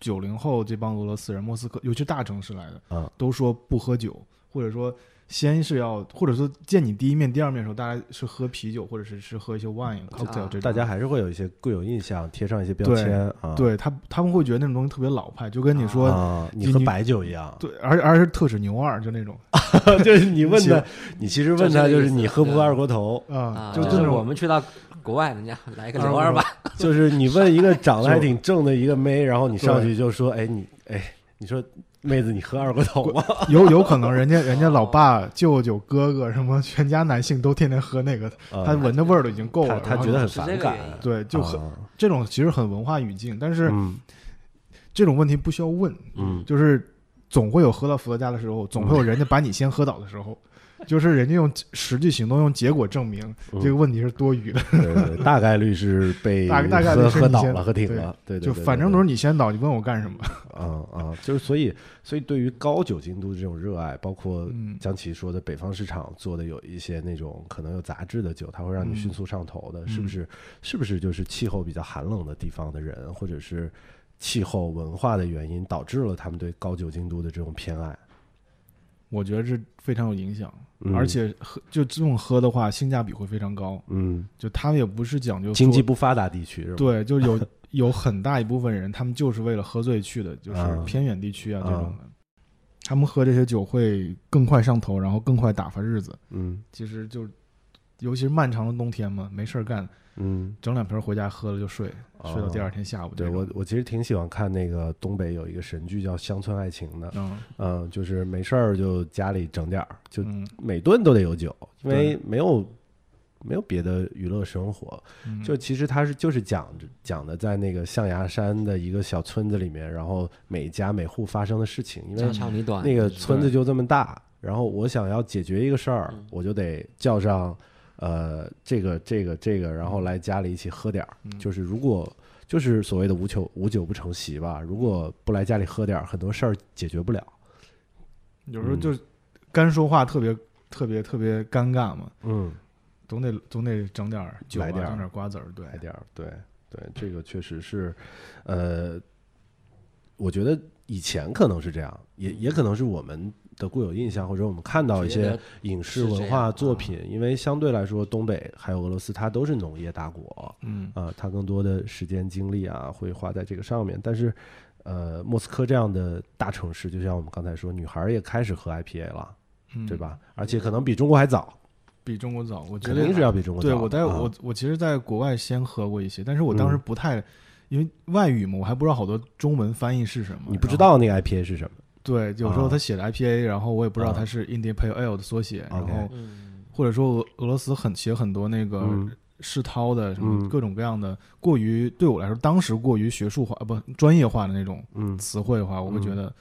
Speaker 1: 九零后这帮俄罗斯人，莫斯科，尤其大城市来的，
Speaker 2: 啊
Speaker 1: 都说不喝酒，或者说先是要，或者说见你第一面、第二面的时候，大家是喝啤酒，或者是是喝一些 wine、cocktail 这种。
Speaker 2: 嗯啊大家还是会有一些固有印象，贴上一些标
Speaker 1: 对
Speaker 2: 签啊。
Speaker 1: 对他他们会觉得那种东西特别老派，就跟你说，
Speaker 2: 啊，你和白酒一样，
Speaker 1: 对，而而是特指牛二，就那种
Speaker 2: *laughs* 就是你问他，你其实问他
Speaker 3: 就
Speaker 2: 就是
Speaker 3: 这个意
Speaker 2: 是
Speaker 3: 思嗯
Speaker 2: 你喝不喝二锅头，
Speaker 1: 啊
Speaker 3: 啊，，
Speaker 1: 就
Speaker 3: 就是
Speaker 1: 这
Speaker 3: 我
Speaker 1: 种。
Speaker 3: 们去到国外，人家来个刘
Speaker 1: *laughs*
Speaker 3: 二吧，
Speaker 2: 就是你问一个长得还挺正的一个妹，然后你上去就说，哎你哎，你说妹子你喝二锅头吗？
Speaker 1: 有有可能人家人家老爸、舅舅、哥哥什么，全家男性都天天喝那个， *laughs* 他
Speaker 2: 啊
Speaker 1: 闻的味儿都已经够
Speaker 2: 他
Speaker 1: 了。
Speaker 2: 他
Speaker 1: 然后
Speaker 2: 觉得很
Speaker 3: 是这
Speaker 2: 反
Speaker 3: 个
Speaker 2: 感
Speaker 3: 原因，
Speaker 1: 对，就很
Speaker 2: 啊
Speaker 1: 这种其实很文化语境，但是
Speaker 2: 嗯
Speaker 1: 这种问题不需要问，
Speaker 2: 嗯
Speaker 1: 就是总会有喝到伏特加的时候，总会有人家把你先喝倒的时
Speaker 2: *laughs*
Speaker 1: 候，就是人家用实际行动、用结果证明
Speaker 2: 嗯
Speaker 1: 这个问题是多余的。*laughs*
Speaker 2: 对对，对大概率是被
Speaker 1: 大大概率
Speaker 2: 喝
Speaker 1: 是
Speaker 2: 喝
Speaker 1: 你
Speaker 2: 倒
Speaker 1: 先
Speaker 2: 了，喝挺了，对对，
Speaker 1: 就
Speaker 2: 对
Speaker 1: 反正
Speaker 2: 对
Speaker 1: 都是你先倒，你问我干什么？
Speaker 2: 啊啊，就是所以，所以对于高酒精度这种热爱，包括
Speaker 1: 嗯
Speaker 2: 江奇说的北方市场做的有一些那种可能有杂质的酒，它会让你迅
Speaker 1: 嗯
Speaker 2: 速上头的，是不
Speaker 1: 嗯
Speaker 2: 是？是不是就是气候比较寒冷的地方的人，或者是气候文化的原因，导致了他们对高酒精度的这种偏爱？
Speaker 1: 我觉得是非常有影响，
Speaker 2: 嗯
Speaker 1: 而，且喝就这种喝的话，性价比会非常高。
Speaker 2: 嗯，
Speaker 1: 就他们也不是讲究
Speaker 2: 经济
Speaker 1: 说
Speaker 2: 不发达地区是吧？
Speaker 1: 对，就有 *laughs* 有很大一部分人，他们就是为了喝醉去的，就是
Speaker 2: 啊
Speaker 1: 偏远地区啊
Speaker 2: 啊
Speaker 1: 这种的。他们喝这些酒会更快上头，然后更快打发日子。
Speaker 2: 嗯
Speaker 1: 其实就，尤其是漫长的冬天嘛，没事儿干，
Speaker 2: 嗯，
Speaker 1: 整两瓶儿回家喝了就睡，睡嗯到第
Speaker 2: 哦
Speaker 1: 二天下午这
Speaker 2: 对
Speaker 1: 种。
Speaker 2: 我我其实挺喜欢看那个东北有一个神剧叫《乡村爱情》的，
Speaker 1: 嗯
Speaker 2: 嗯，就是没事儿就家里整点儿，就
Speaker 1: 嗯
Speaker 2: 每顿都得有酒，因
Speaker 1: 对
Speaker 2: 为没有没有别的娱乐生活。
Speaker 1: 嗯
Speaker 2: 就其实他是就是讲讲的在那个象牙山的一个小村子里面，然后每家每户发生的事情，因
Speaker 3: 家
Speaker 2: 为
Speaker 3: 长里短。
Speaker 2: 那个
Speaker 3: 就是
Speaker 2: 村子就这么大，然后我想要解决一个事儿
Speaker 3: 嗯，
Speaker 2: 我就得叫上呃这个这个这个，然后来家里一起喝点儿。
Speaker 1: 嗯
Speaker 2: 就是如果就是所谓的无酒无酒不成席吧，如果不来家里喝点儿，很多事儿解决不了。
Speaker 1: 有
Speaker 2: 嗯
Speaker 1: 时候就干说话特别特别特别尴尬嘛，
Speaker 2: 嗯，
Speaker 1: 总得总得整点儿酒啊，
Speaker 2: 来点儿
Speaker 1: 整点儿瓜子儿，对，
Speaker 2: 来点儿，对对，这个确实是，呃，我觉得以前可能是这样，也也可能是我们的固有印象，或者我们看到一
Speaker 3: 觉
Speaker 2: 些
Speaker 3: 得
Speaker 2: 影视
Speaker 3: 是这
Speaker 2: 文
Speaker 3: 样
Speaker 2: 化
Speaker 3: 啊
Speaker 2: 作品，因为相对来说，东北还有俄罗斯，它都是农业大国，
Speaker 1: 嗯，
Speaker 2: 啊、它更多的时间精力啊会花在这个上面，但是。呃，莫斯科这样的大城市，就像我们刚才说，女孩儿也开始喝 IPA 了，
Speaker 1: 嗯
Speaker 2: 对？吧？而且可能比中国还早，
Speaker 1: 比中国早，我觉
Speaker 2: 肯
Speaker 1: 得
Speaker 2: 定是要比中国早。
Speaker 1: 对我在
Speaker 2: 啊
Speaker 1: 我我其实，在国外先喝过一些，但是我当时
Speaker 2: 嗯
Speaker 1: 不太，因为外语嘛，我还不知道好多中文翻译是什么，
Speaker 2: 你不知
Speaker 1: 然后。
Speaker 2: 道那个 IPA 是什么，
Speaker 1: 对，有时候
Speaker 2: 啊
Speaker 1: 他写的 IPA，然后我也不知道
Speaker 2: 啊
Speaker 1: 它是 Indian Pale Ale 哎的缩写，然
Speaker 2: OK
Speaker 1: 后
Speaker 3: 嗯，
Speaker 1: 或者说俄俄罗斯很写很多那个
Speaker 2: 嗯
Speaker 1: 世涛的什么
Speaker 2: 嗯
Speaker 1: 各种各样的，过于对我来说当时过于学术化呃不专业化的那种
Speaker 2: 嗯，
Speaker 1: 词汇的话，我会
Speaker 2: 嗯
Speaker 1: 觉得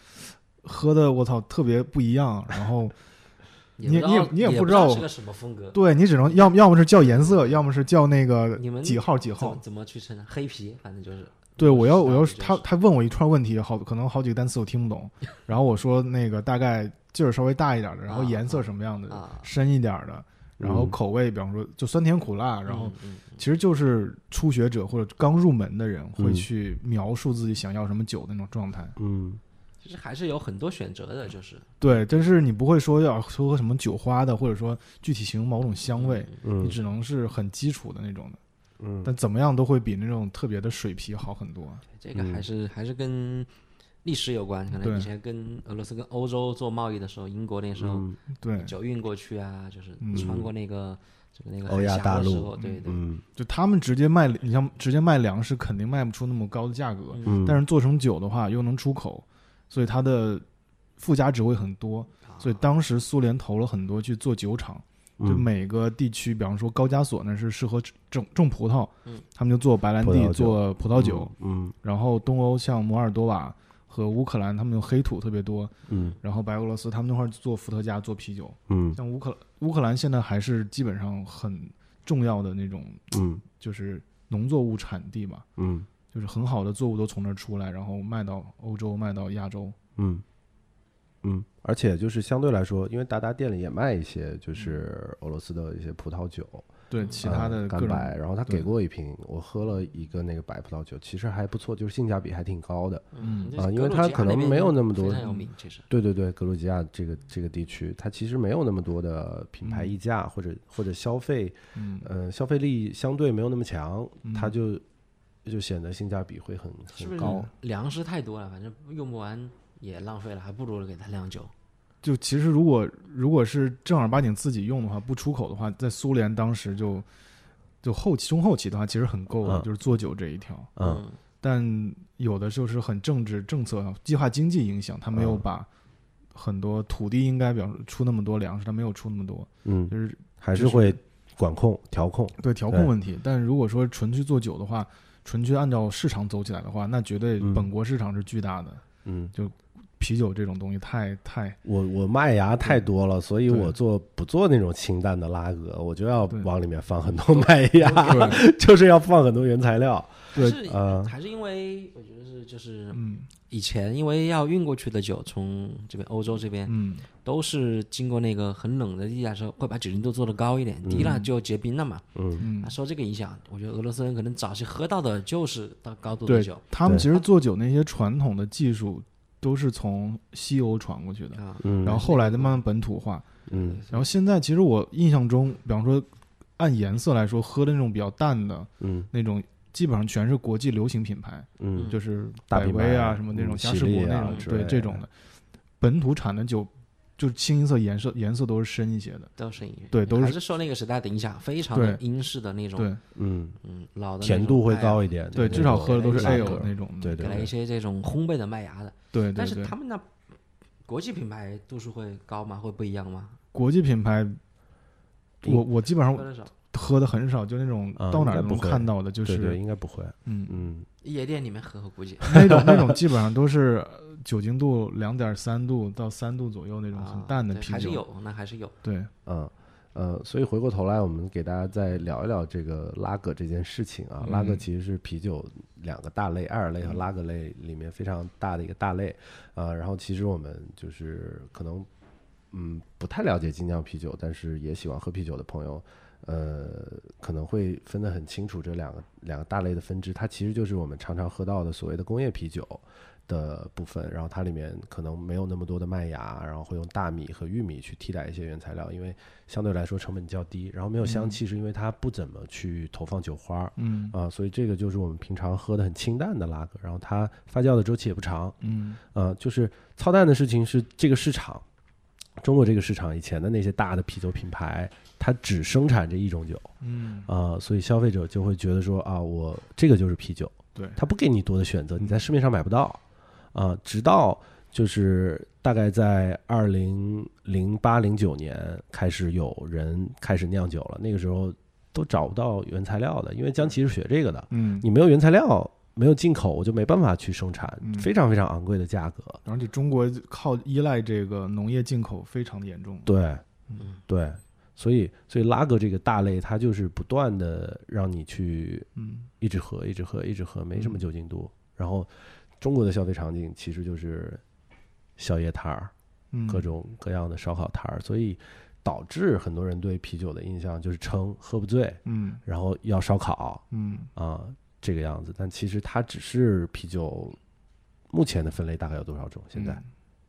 Speaker 1: 喝的我操特别不一样，然后
Speaker 3: 也
Speaker 1: 你
Speaker 3: 不知道
Speaker 1: 你你也
Speaker 3: 也
Speaker 1: 不
Speaker 3: 不
Speaker 1: 知道
Speaker 3: 是个什么风格，
Speaker 1: 对你只能要要么是叫颜色，要么是叫那个
Speaker 3: 你们
Speaker 1: 几号几
Speaker 3: 怎
Speaker 1: 号
Speaker 3: 么，怎么去称啊？黑皮，反正就是
Speaker 1: 对我要我要
Speaker 3: 嗯就是
Speaker 1: 他他问我一串问题，好可能好几个单词我听不懂，然后我说那个大概劲儿稍微大一点的，然后
Speaker 3: 啊
Speaker 1: 颜色什么样的，
Speaker 3: 啊，
Speaker 1: 深一点的，然后
Speaker 2: 嗯
Speaker 1: 口味，比方说就酸甜苦辣，然后
Speaker 3: 嗯嗯
Speaker 1: 其实就是初学者或者刚入门的人会
Speaker 2: 嗯
Speaker 1: 去描述自己想要什么酒的那种状态。
Speaker 2: 嗯
Speaker 3: 其实还是有很多选择的，就是
Speaker 1: 对，但是你不会说要说喝什么酒花的，或者说具体形容某种香味，你
Speaker 2: 嗯
Speaker 1: 只能是很基础的那种的。
Speaker 2: 嗯，
Speaker 1: 但怎么样都会比那种特别的水皮好很多。
Speaker 3: 这个还
Speaker 2: 嗯
Speaker 3: 是还是跟历史有关，可能
Speaker 1: 对
Speaker 3: 以前跟俄罗斯、跟欧洲做贸易的时候，英国那时候
Speaker 2: 嗯
Speaker 1: 对，
Speaker 3: 酒运过去啊，就是
Speaker 1: 嗯
Speaker 3: 穿过那个这个那个
Speaker 2: 欧亚
Speaker 3: 海峡
Speaker 2: 大
Speaker 3: 的时
Speaker 2: 陆
Speaker 3: 候对对，
Speaker 2: 嗯
Speaker 1: 就他们直接卖，你像直接卖粮食，肯定卖不出那么高的价格。
Speaker 2: 嗯，
Speaker 1: 但是做成酒的话又能出口，所以它的附加值会很多。
Speaker 3: 啊
Speaker 1: 所以
Speaker 3: 嗯
Speaker 1: 当时苏联投了很多去做酒厂，就
Speaker 2: 啊嗯
Speaker 1: 每个地区，比方说高加索那是适合种种葡萄
Speaker 3: 嗯，
Speaker 1: 他们就做白兰
Speaker 2: 葡萄
Speaker 1: 地、
Speaker 2: 酒
Speaker 1: 做葡萄酒。，
Speaker 2: 嗯
Speaker 1: 然后东欧像摩尔多瓦和乌克兰，他们有黑土特别多。
Speaker 2: 嗯
Speaker 1: 然后白俄罗斯他们那块儿做伏特加、做啤酒。
Speaker 2: 嗯
Speaker 1: 像乌克乌克兰现在还是基本上很重要的那种，
Speaker 2: 嗯
Speaker 1: 就是农作物产地吧。
Speaker 2: 嗯
Speaker 1: 就是很好的作物都从那儿出来，然后卖到欧洲，卖到亚洲。
Speaker 2: 嗯嗯，而且就是相对来说，因为达达店里也卖一些就是俄罗斯的一些葡萄酒，
Speaker 1: 对，其他的
Speaker 2: 呃
Speaker 1: 各
Speaker 2: 干
Speaker 1: 种，
Speaker 2: 白，嗯然后他
Speaker 1: 对
Speaker 2: 给过一瓶，我喝了一个那个白葡萄酒，其实还不错，就是性价比还挺高的。
Speaker 1: 嗯
Speaker 3: 这
Speaker 2: 啊因
Speaker 3: 格
Speaker 2: 为
Speaker 3: 鲁
Speaker 2: 它
Speaker 3: 吉亚
Speaker 2: 可能
Speaker 3: 边
Speaker 2: 没有
Speaker 3: 都
Speaker 2: 那么多
Speaker 3: 非常有
Speaker 1: 嗯
Speaker 3: 名，其实
Speaker 2: 对对对，格鲁吉亚这个这个地区，它其实没有那么多的品牌
Speaker 1: 嗯
Speaker 2: 溢价，或者或者消费
Speaker 1: 嗯，
Speaker 2: 呃，消费力相对没有那么强，它
Speaker 1: 嗯
Speaker 2: 就就显得性价比会很
Speaker 3: 是不
Speaker 2: 很
Speaker 3: 是
Speaker 2: 高。
Speaker 3: 粮食太多了，反正用不完也浪费了，还不如给它酿酒。
Speaker 1: 就其实如果如果是正儿八经自己用的话，不出口的话，在苏联当时就就后期中后期的话，其实很够了，
Speaker 2: 嗯
Speaker 1: 就是做酒这一条。
Speaker 2: 嗯，
Speaker 1: 但有的就是很政治政策、啊计划经济影响，他没有
Speaker 2: 嗯
Speaker 1: 把很多土地应该表示出那么多粮食，他没有出那么多，
Speaker 2: 嗯，
Speaker 1: 就是
Speaker 2: 还
Speaker 1: 就是
Speaker 2: 会管控调控。
Speaker 1: 对调
Speaker 2: 对
Speaker 1: 控问题。但如果说纯去做酒的话，纯去按照市场走起来的话，那绝对
Speaker 2: 嗯
Speaker 1: 本国市场是巨大的。
Speaker 2: 嗯，
Speaker 1: 啤酒这种东西太太
Speaker 2: 我我麦芽太多了，所以
Speaker 1: 对
Speaker 2: 我做不做那种清淡的拉格，我就要
Speaker 1: 对
Speaker 2: 往里面放很多麦芽， *laughs*
Speaker 1: 对
Speaker 2: 就是要放很多原材料。
Speaker 1: 对
Speaker 3: 还是、
Speaker 2: 呃
Speaker 3: 还嗯是因为我觉得是就是
Speaker 1: 嗯
Speaker 3: 以前因为要运过去的酒，从这边欧洲这边、
Speaker 1: 嗯
Speaker 3: 都是经过那个很冷的地下时候，会把酒精度做得高一点，低了就结冰了嘛。
Speaker 2: 嗯
Speaker 1: 嗯
Speaker 3: 那，受这个影响，我觉得俄罗斯人可能早期喝到的就是到高度的
Speaker 1: 对
Speaker 3: 酒
Speaker 1: 他们
Speaker 2: 对
Speaker 1: 其实做酒那些传统的技术都是从西欧传过去的，
Speaker 3: 啊，
Speaker 2: 嗯，
Speaker 1: 然后后来再慢慢本土化。
Speaker 2: 嗯
Speaker 1: 然后现在其实我印象中，比方说按颜色来说，喝的那种比较淡的
Speaker 2: 嗯
Speaker 1: 那种，基本上全是国际流行品牌，
Speaker 2: 嗯
Speaker 3: 嗯
Speaker 1: 就是
Speaker 2: 大
Speaker 1: 百
Speaker 2: 品
Speaker 1: 威啊
Speaker 2: 牌
Speaker 1: 什么那种
Speaker 2: 嗯
Speaker 1: 嘉
Speaker 2: 喜
Speaker 1: 士伯
Speaker 2: 力
Speaker 1: 那
Speaker 2: 啊
Speaker 1: 种，
Speaker 2: 之类
Speaker 1: 对
Speaker 2: 的
Speaker 1: 这种的。本土产的酒就清一色颜色颜色都是深一些的，
Speaker 3: 都是
Speaker 1: 对都是
Speaker 3: 还是受那个时代的影响，非常的
Speaker 1: 对
Speaker 3: 英式的那种，
Speaker 1: 对
Speaker 2: 嗯，
Speaker 3: 嗯，老的那种
Speaker 2: 甜度会
Speaker 3: 麦芽
Speaker 2: 高一点。
Speaker 1: 对，
Speaker 2: 那
Speaker 1: 至少
Speaker 2: 种
Speaker 1: 喝的都是
Speaker 2: 拉
Speaker 1: ale
Speaker 2: 格
Speaker 1: 那种的，
Speaker 2: 对对
Speaker 3: 给来一
Speaker 2: 对，
Speaker 3: 些这种烘焙的麦芽的，
Speaker 1: 对对
Speaker 3: 但
Speaker 1: 对
Speaker 3: 是他们那国际品牌度数会高吗？会不一样吗？
Speaker 1: 国际品牌，
Speaker 2: 嗯
Speaker 1: 我我基本上
Speaker 3: 喝的少，
Speaker 1: 喝的很少，就那种
Speaker 2: 啊
Speaker 1: 到哪儿
Speaker 2: 应该
Speaker 1: 都能
Speaker 2: 不会
Speaker 1: 看到的，就
Speaker 2: 对对，
Speaker 1: 是
Speaker 2: 应该不会。
Speaker 1: 嗯，
Speaker 2: 嗯，
Speaker 3: 夜店里面喝，我估计
Speaker 1: *laughs* 那种那种基本上都是呃酒精度两点三度到三度左右那种很
Speaker 3: 啊
Speaker 1: 淡的
Speaker 3: 对
Speaker 1: 啤
Speaker 3: 还是
Speaker 1: 酒。
Speaker 3: 有，那还是有。
Speaker 1: 对，
Speaker 2: 嗯，呃，所以回过头来，我们给大家再聊一聊这个拉格这件事情啊。拉格
Speaker 1: 嗯
Speaker 2: 其实是啤酒两个大类，爱尔类和拉格类里面非常大的一个大类啊、呃然后其实我们就是可能嗯不太了解精酿啤酒，但是也喜欢喝啤酒的朋友。呃，可能会分得很清楚这两个两个大类的分支，它其实就是我们常常喝到的所谓的工业啤酒，的部分，然后它里面可能没有那么多的麦芽，然后会用大米和玉米去替代一些原材料，因为相对来说成本较低。然后没有香气，是因为它不怎么去投放酒花儿
Speaker 1: 嗯
Speaker 2: 啊、所以这个就是我们平常喝的很清淡的拉格。然后它发酵的周期也不长，
Speaker 1: 嗯
Speaker 2: 呃，就是操蛋的事情是这个市场，中国这个市场以前的那些大的啤酒品牌，它只生产这一种酒
Speaker 1: 嗯，
Speaker 2: 啊、所以消费者就会觉得说啊，我这个就是啤酒。
Speaker 1: 对，
Speaker 2: 它不给你多的选择，你在
Speaker 1: 嗯
Speaker 2: 市面上买不到啊、直到就是大概在二零零八零九年开始有人开始酿酒了，那个时候都找不到原材料的，因为江奇是学这个的，
Speaker 1: 嗯，
Speaker 2: 你没有原材料，没有进口，我就没办法去生产
Speaker 1: 嗯，
Speaker 2: 非常非常昂贵的价格。
Speaker 1: 而且中国靠依赖这个农业进口非常严重。
Speaker 2: 对，
Speaker 3: 嗯
Speaker 2: 对，所以所以拉格这个大类，它就是不断的让你去
Speaker 1: 嗯
Speaker 2: 一直喝，一直喝，一直喝，没什么
Speaker 1: 嗯
Speaker 2: 酒精度。然后中国的消费场景其实就是小夜摊儿、
Speaker 1: 嗯，
Speaker 2: 各种各样的烧烤摊儿，所以导致很多人对啤酒的印象就是撑，喝不醉，
Speaker 1: 嗯
Speaker 2: 然后要烧烤
Speaker 1: 嗯
Speaker 2: 啊、这个样子。但其实它只是啤酒目前的分类大概有多少种？现
Speaker 1: 嗯
Speaker 2: 在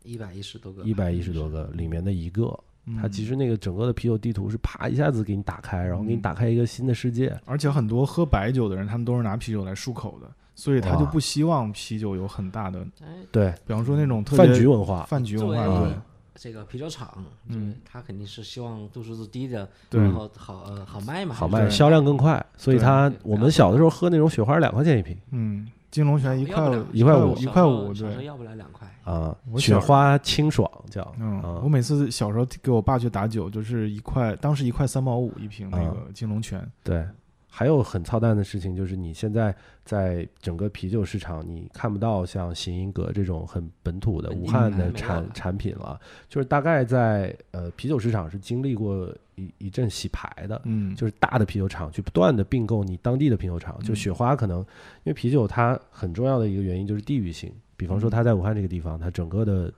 Speaker 3: 一百一十多个，
Speaker 2: 一百一十多个里面的一个。
Speaker 1: 嗯
Speaker 2: 它其实那个整个的啤酒地图是啪一下子给你打开，然后给你
Speaker 1: 嗯
Speaker 2: 打开一个新的世界。
Speaker 1: 而且很多喝白酒的人，他们都是拿啤酒来漱口的，所以他就
Speaker 2: 哇
Speaker 1: 不希望啤酒有很大的，
Speaker 3: 哎，
Speaker 2: 对，
Speaker 1: 比方说那种特别
Speaker 2: 饭局文化，
Speaker 1: 饭局文
Speaker 3: 作为
Speaker 1: 化，对
Speaker 3: 这个啤酒厂，
Speaker 1: 嗯
Speaker 3: 就是他肯定是希望度数是低的，
Speaker 1: 对
Speaker 3: 然后好呃好卖嘛，
Speaker 2: 好
Speaker 3: 就是
Speaker 2: 卖，销量更快。所以
Speaker 1: 对
Speaker 2: 它
Speaker 3: 对
Speaker 2: 我们小的时候喝那种雪花两块钱一瓶
Speaker 1: 嗯，金龙泉一
Speaker 3: 啊要
Speaker 1: 块
Speaker 3: 不了
Speaker 1: 一
Speaker 2: 块
Speaker 1: 块
Speaker 2: 五
Speaker 1: 五一块五，
Speaker 3: 小时候
Speaker 1: 对，
Speaker 3: 要不了两块，
Speaker 2: 啊，
Speaker 1: 我
Speaker 2: 雪
Speaker 1: 小
Speaker 2: 花清爽叫
Speaker 1: 嗯，
Speaker 2: 啊
Speaker 1: 我每次小时候给我爸去打酒，就是一块，当时一块三毛五一瓶那
Speaker 2: 啊
Speaker 1: 个金龙泉，
Speaker 2: 对。还有很操蛋的事情就是，你现在在整个啤酒市场，你看不到像新英格这种很本土的
Speaker 3: 本
Speaker 2: 武
Speaker 3: 地
Speaker 2: 汉
Speaker 3: 品
Speaker 1: 嗯
Speaker 3: 牌
Speaker 2: 的
Speaker 3: 没有
Speaker 2: 产
Speaker 3: 了
Speaker 2: 产品了。就是大概在呃啤酒市场是经历过一一阵洗牌的，
Speaker 1: 嗯，
Speaker 2: 就是大的啤酒厂去不断的并购你当地的啤酒厂，就
Speaker 1: 嗯
Speaker 2: 雪花可能因为啤酒它很重要的一个原因就是地域性，比方
Speaker 1: 嗯
Speaker 2: 说它在武汉这个地方，它整个的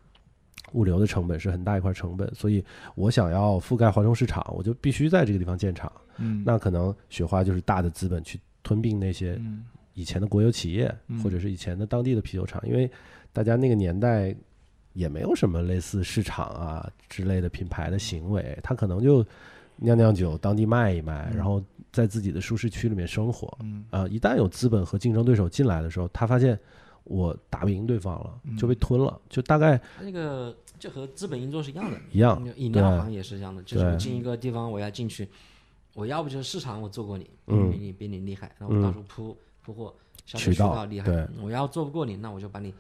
Speaker 2: 物流的成本是很大一块成本，所以我想要覆盖华中市场，我就必须在这个地方建厂。
Speaker 1: 嗯，
Speaker 2: 那可能雪花就是大的资本去吞并那些
Speaker 1: 嗯
Speaker 2: 以前的国有企业
Speaker 1: 嗯
Speaker 2: 或者是以前的当地的啤酒厂，因为大家那个年代也没有什么类似市场啊之类的品牌的行为，他可能就酿酿酒，当地卖一卖，
Speaker 1: 嗯
Speaker 2: 然后在自己的舒适区里面生活。
Speaker 1: 嗯
Speaker 2: 啊、一旦有资本和竞争对手进来的时候，他发现我打不赢对方了，
Speaker 1: 嗯
Speaker 2: 就被吞了，就大概
Speaker 3: 他那个就和资本运作是一样的，
Speaker 2: 一样。
Speaker 3: 就饮料
Speaker 2: 对
Speaker 3: 行也是一样的，就是
Speaker 2: 嗯对
Speaker 3: 我进一个地方我要进去，我要不就是市场我做过你，
Speaker 2: 嗯
Speaker 3: 比你比你厉害，那我到处铺铺货，消费
Speaker 2: 渠
Speaker 3: 渠
Speaker 2: 道
Speaker 3: 道厉害
Speaker 2: 对，
Speaker 3: 我要做不过你，那我就把你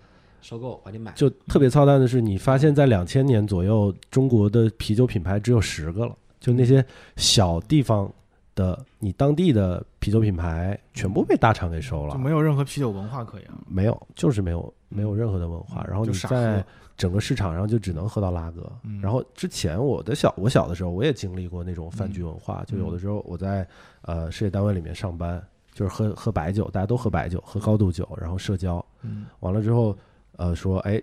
Speaker 3: 收购，把你买。
Speaker 2: 就特别操蛋的是，你发现在两千年左右，中国的啤酒品牌只有十个了，就那些小地方的你当地的啤酒品牌全部被大厂给收
Speaker 1: 就
Speaker 2: 了，嗯
Speaker 1: 没有任何啤酒文化可言了，
Speaker 2: 没有，就是没有没有任何的文化。然后你
Speaker 1: 就傻喝
Speaker 2: 在整个市场上就只能喝到拉格。
Speaker 1: 嗯
Speaker 2: 然后之前我的小我小的时候，我也经历过那种饭局文化，就有的时候我在呃事业单位里面上班，就是喝喝白酒，大家都喝白酒，喝高度酒，然后社交。
Speaker 1: 嗯
Speaker 2: 完了之后，呃，说哎，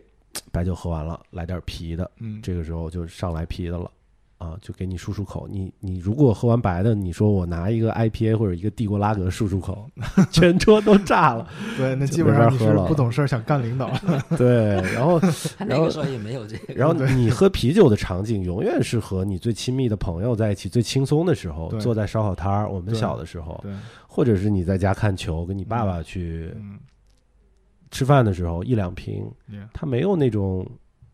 Speaker 2: 白酒喝完了，来点啤的。
Speaker 1: 嗯，
Speaker 2: 这个时候就上来啤的了，啊，就给你漱漱口。你你如果喝完白的，你说我拿一个 IPA 或者一个帝国拉格漱漱口， *laughs* 全桌都炸了。
Speaker 1: 对，那
Speaker 2: 就
Speaker 1: 基本
Speaker 2: 没法
Speaker 1: 上你
Speaker 2: 喝
Speaker 1: 是
Speaker 2: 了
Speaker 1: 不懂事儿想干领导，
Speaker 2: 对，然后
Speaker 3: 他
Speaker 2: 然
Speaker 3: *laughs* 那
Speaker 2: 后
Speaker 3: 个时候也没有这个，
Speaker 1: *laughs*
Speaker 2: 然后你喝啤酒的场景永远是和你最亲密的朋友在一起，最轻松的时候，
Speaker 1: 对
Speaker 2: 坐在烧烤摊儿。我们
Speaker 1: 对
Speaker 2: 小的时候，
Speaker 1: 对，
Speaker 2: 或者是你在家看球，跟你爸爸去
Speaker 1: 嗯
Speaker 2: 吃饭的时候，一两瓶，
Speaker 1: ，yeah，
Speaker 2: 它没有那种。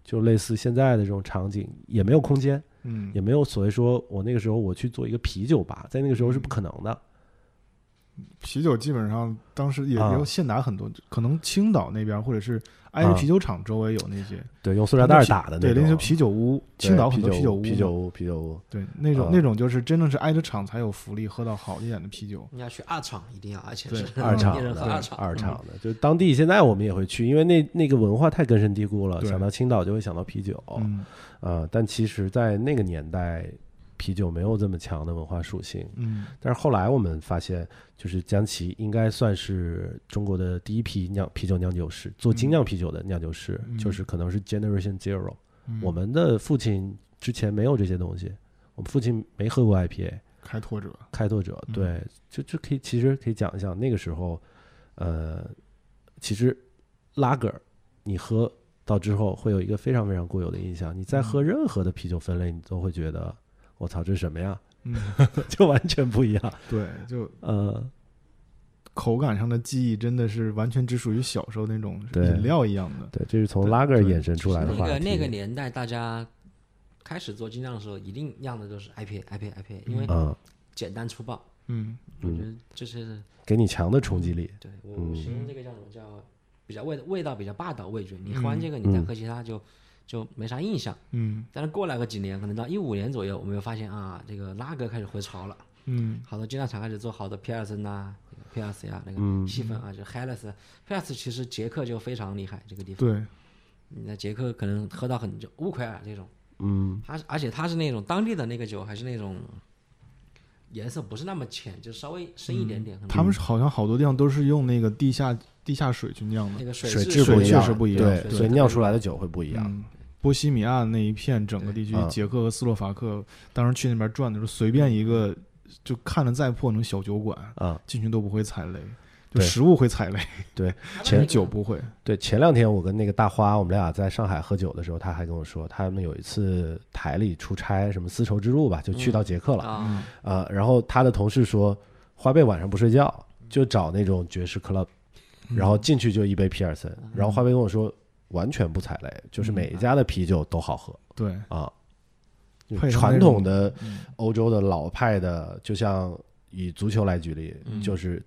Speaker 2: 就类似现在的这种场景，也没有空间，
Speaker 1: 嗯
Speaker 2: 也没有所谓说我那个时候我去做一个啤酒吧，在那个时候是不可能的。
Speaker 1: 啤酒基本上当时也
Speaker 2: 啊
Speaker 1: 也有现打很多，可能青岛那边或者是挨着
Speaker 2: 啊
Speaker 1: 啤酒厂周围有那些
Speaker 2: 对，用塑料袋儿打的那
Speaker 1: 对，
Speaker 2: 种，
Speaker 1: 那
Speaker 2: 啊
Speaker 1: 些啤酒屋，
Speaker 2: 对
Speaker 1: 青岛很多
Speaker 2: 啤
Speaker 1: 酒屋嘛，
Speaker 2: 啤酒屋、啤酒屋，
Speaker 1: 对那种
Speaker 2: 啊
Speaker 1: 那种就是真正是挨着厂才有福利喝到好一点的啤酒，
Speaker 3: 你要去二厂，一定要，而且
Speaker 1: 对
Speaker 3: 是
Speaker 2: 二厂
Speaker 3: *laughs* 一人
Speaker 2: 的
Speaker 3: 喝二厂，嗯
Speaker 2: 二厂的，就当地现在我们也会去，因为那那个文化太根深蒂固了，
Speaker 1: 对
Speaker 2: 想到青岛就会想到啤酒，
Speaker 1: 嗯
Speaker 2: 啊，但其实，在那个年代，啤酒没有这么强的文化属性。
Speaker 1: 嗯
Speaker 2: 但是后来我们发现，就是江崎应该算是中国的第一批酿啤酒酿酒师，做精酿啤酒的酿酒师，
Speaker 1: 嗯
Speaker 2: 就是可能是 Generation Zero、
Speaker 1: 嗯，
Speaker 2: 我们的父亲之前没有这些东西，我们父亲没喝过 IPA，
Speaker 1: 开拓者，
Speaker 2: 开拓者，
Speaker 1: 嗯
Speaker 2: 对，就就可以其实可以讲一下那个时候，呃，其实拉格儿你喝到之后会有一个非常非常固有的印象，你再
Speaker 1: 嗯
Speaker 2: 喝任何的啤酒分类，你都会觉得我操这是什么呀，
Speaker 1: 嗯，
Speaker 2: *laughs* 就完全不一样。
Speaker 1: 对，就
Speaker 2: 呃，
Speaker 1: 口感上的记忆真的是完全只属于小时候那种
Speaker 2: 对
Speaker 1: 饮料一样的，
Speaker 2: 对，这是从
Speaker 1: 对
Speaker 2: 拉格儿
Speaker 1: 对
Speaker 2: 衍生出来的
Speaker 3: 那
Speaker 2: 话题。
Speaker 3: 个那个年代，大家开始做精酿的时候，一定酿的都是 IPA、IPA、IPA，因为
Speaker 2: 嗯
Speaker 3: 简单粗暴。
Speaker 1: 嗯
Speaker 3: 我觉得这是
Speaker 2: 给你强的冲击力，
Speaker 3: 对我
Speaker 2: 嗯
Speaker 3: 我形容这个叫什么叫比较味味道比较霸道味觉。你喝完这个，你再喝其他就就没啥印象。
Speaker 1: 嗯
Speaker 3: 但是过来个几年，可能到一五年左右，我们又发现啊，这个拉格开始回潮了，
Speaker 1: 嗯
Speaker 3: 好多精酿厂开始做好的皮尔森呐、皮尔斯呀、那
Speaker 2: 嗯
Speaker 3: 个细分啊，就 Helles 啊。皮尔斯其实捷克就非常厉害，这个地方。
Speaker 1: 对，
Speaker 3: 那捷克可能喝到很就乌奎尔这种。
Speaker 2: 嗯
Speaker 3: 它是而且它是那种当地的那个酒，还是那种颜色不是那么浅，就稍微深一
Speaker 2: 嗯
Speaker 3: 点点。可能
Speaker 1: 他们是好像好多地方都是用那个地下地下水去酿
Speaker 3: 那
Speaker 1: 的，
Speaker 3: 个
Speaker 2: 水
Speaker 3: 质啊
Speaker 1: 水
Speaker 2: 不一样
Speaker 1: 确实不一样
Speaker 2: 对，
Speaker 1: 对
Speaker 2: 所以酿出来的酒会不一样。
Speaker 1: 嗯。波西米亚那一片整个地区
Speaker 2: 对，啊
Speaker 1: 捷克和斯洛伐克，当时去那边转的时候，随便一个就看着再破那种小酒馆，
Speaker 2: 啊、
Speaker 1: 进去都不会踩雷，就
Speaker 2: 对
Speaker 1: 食物会踩雷，*laughs*
Speaker 2: 前
Speaker 1: 酒不会。
Speaker 2: 对，前两天我跟那个大花，我们俩在上海喝酒的时候，他还跟我说，他们有一次台里出差，什么丝绸之路吧，就去到捷克了。
Speaker 1: 嗯
Speaker 3: 啊，
Speaker 2: 呃，然后他的同事说，花呗晚上不睡觉，就找那种爵士 club，然后进去就一杯皮尔森。然后花呗跟我说，完全不踩雷，就是每一家的啤酒都好喝
Speaker 1: 对，
Speaker 2: 啊。就
Speaker 1: 配上
Speaker 2: 传
Speaker 1: 那种
Speaker 2: 统的
Speaker 1: 嗯
Speaker 2: 欧洲的老派的，就像以足球来举例，
Speaker 3: 嗯
Speaker 2: 就是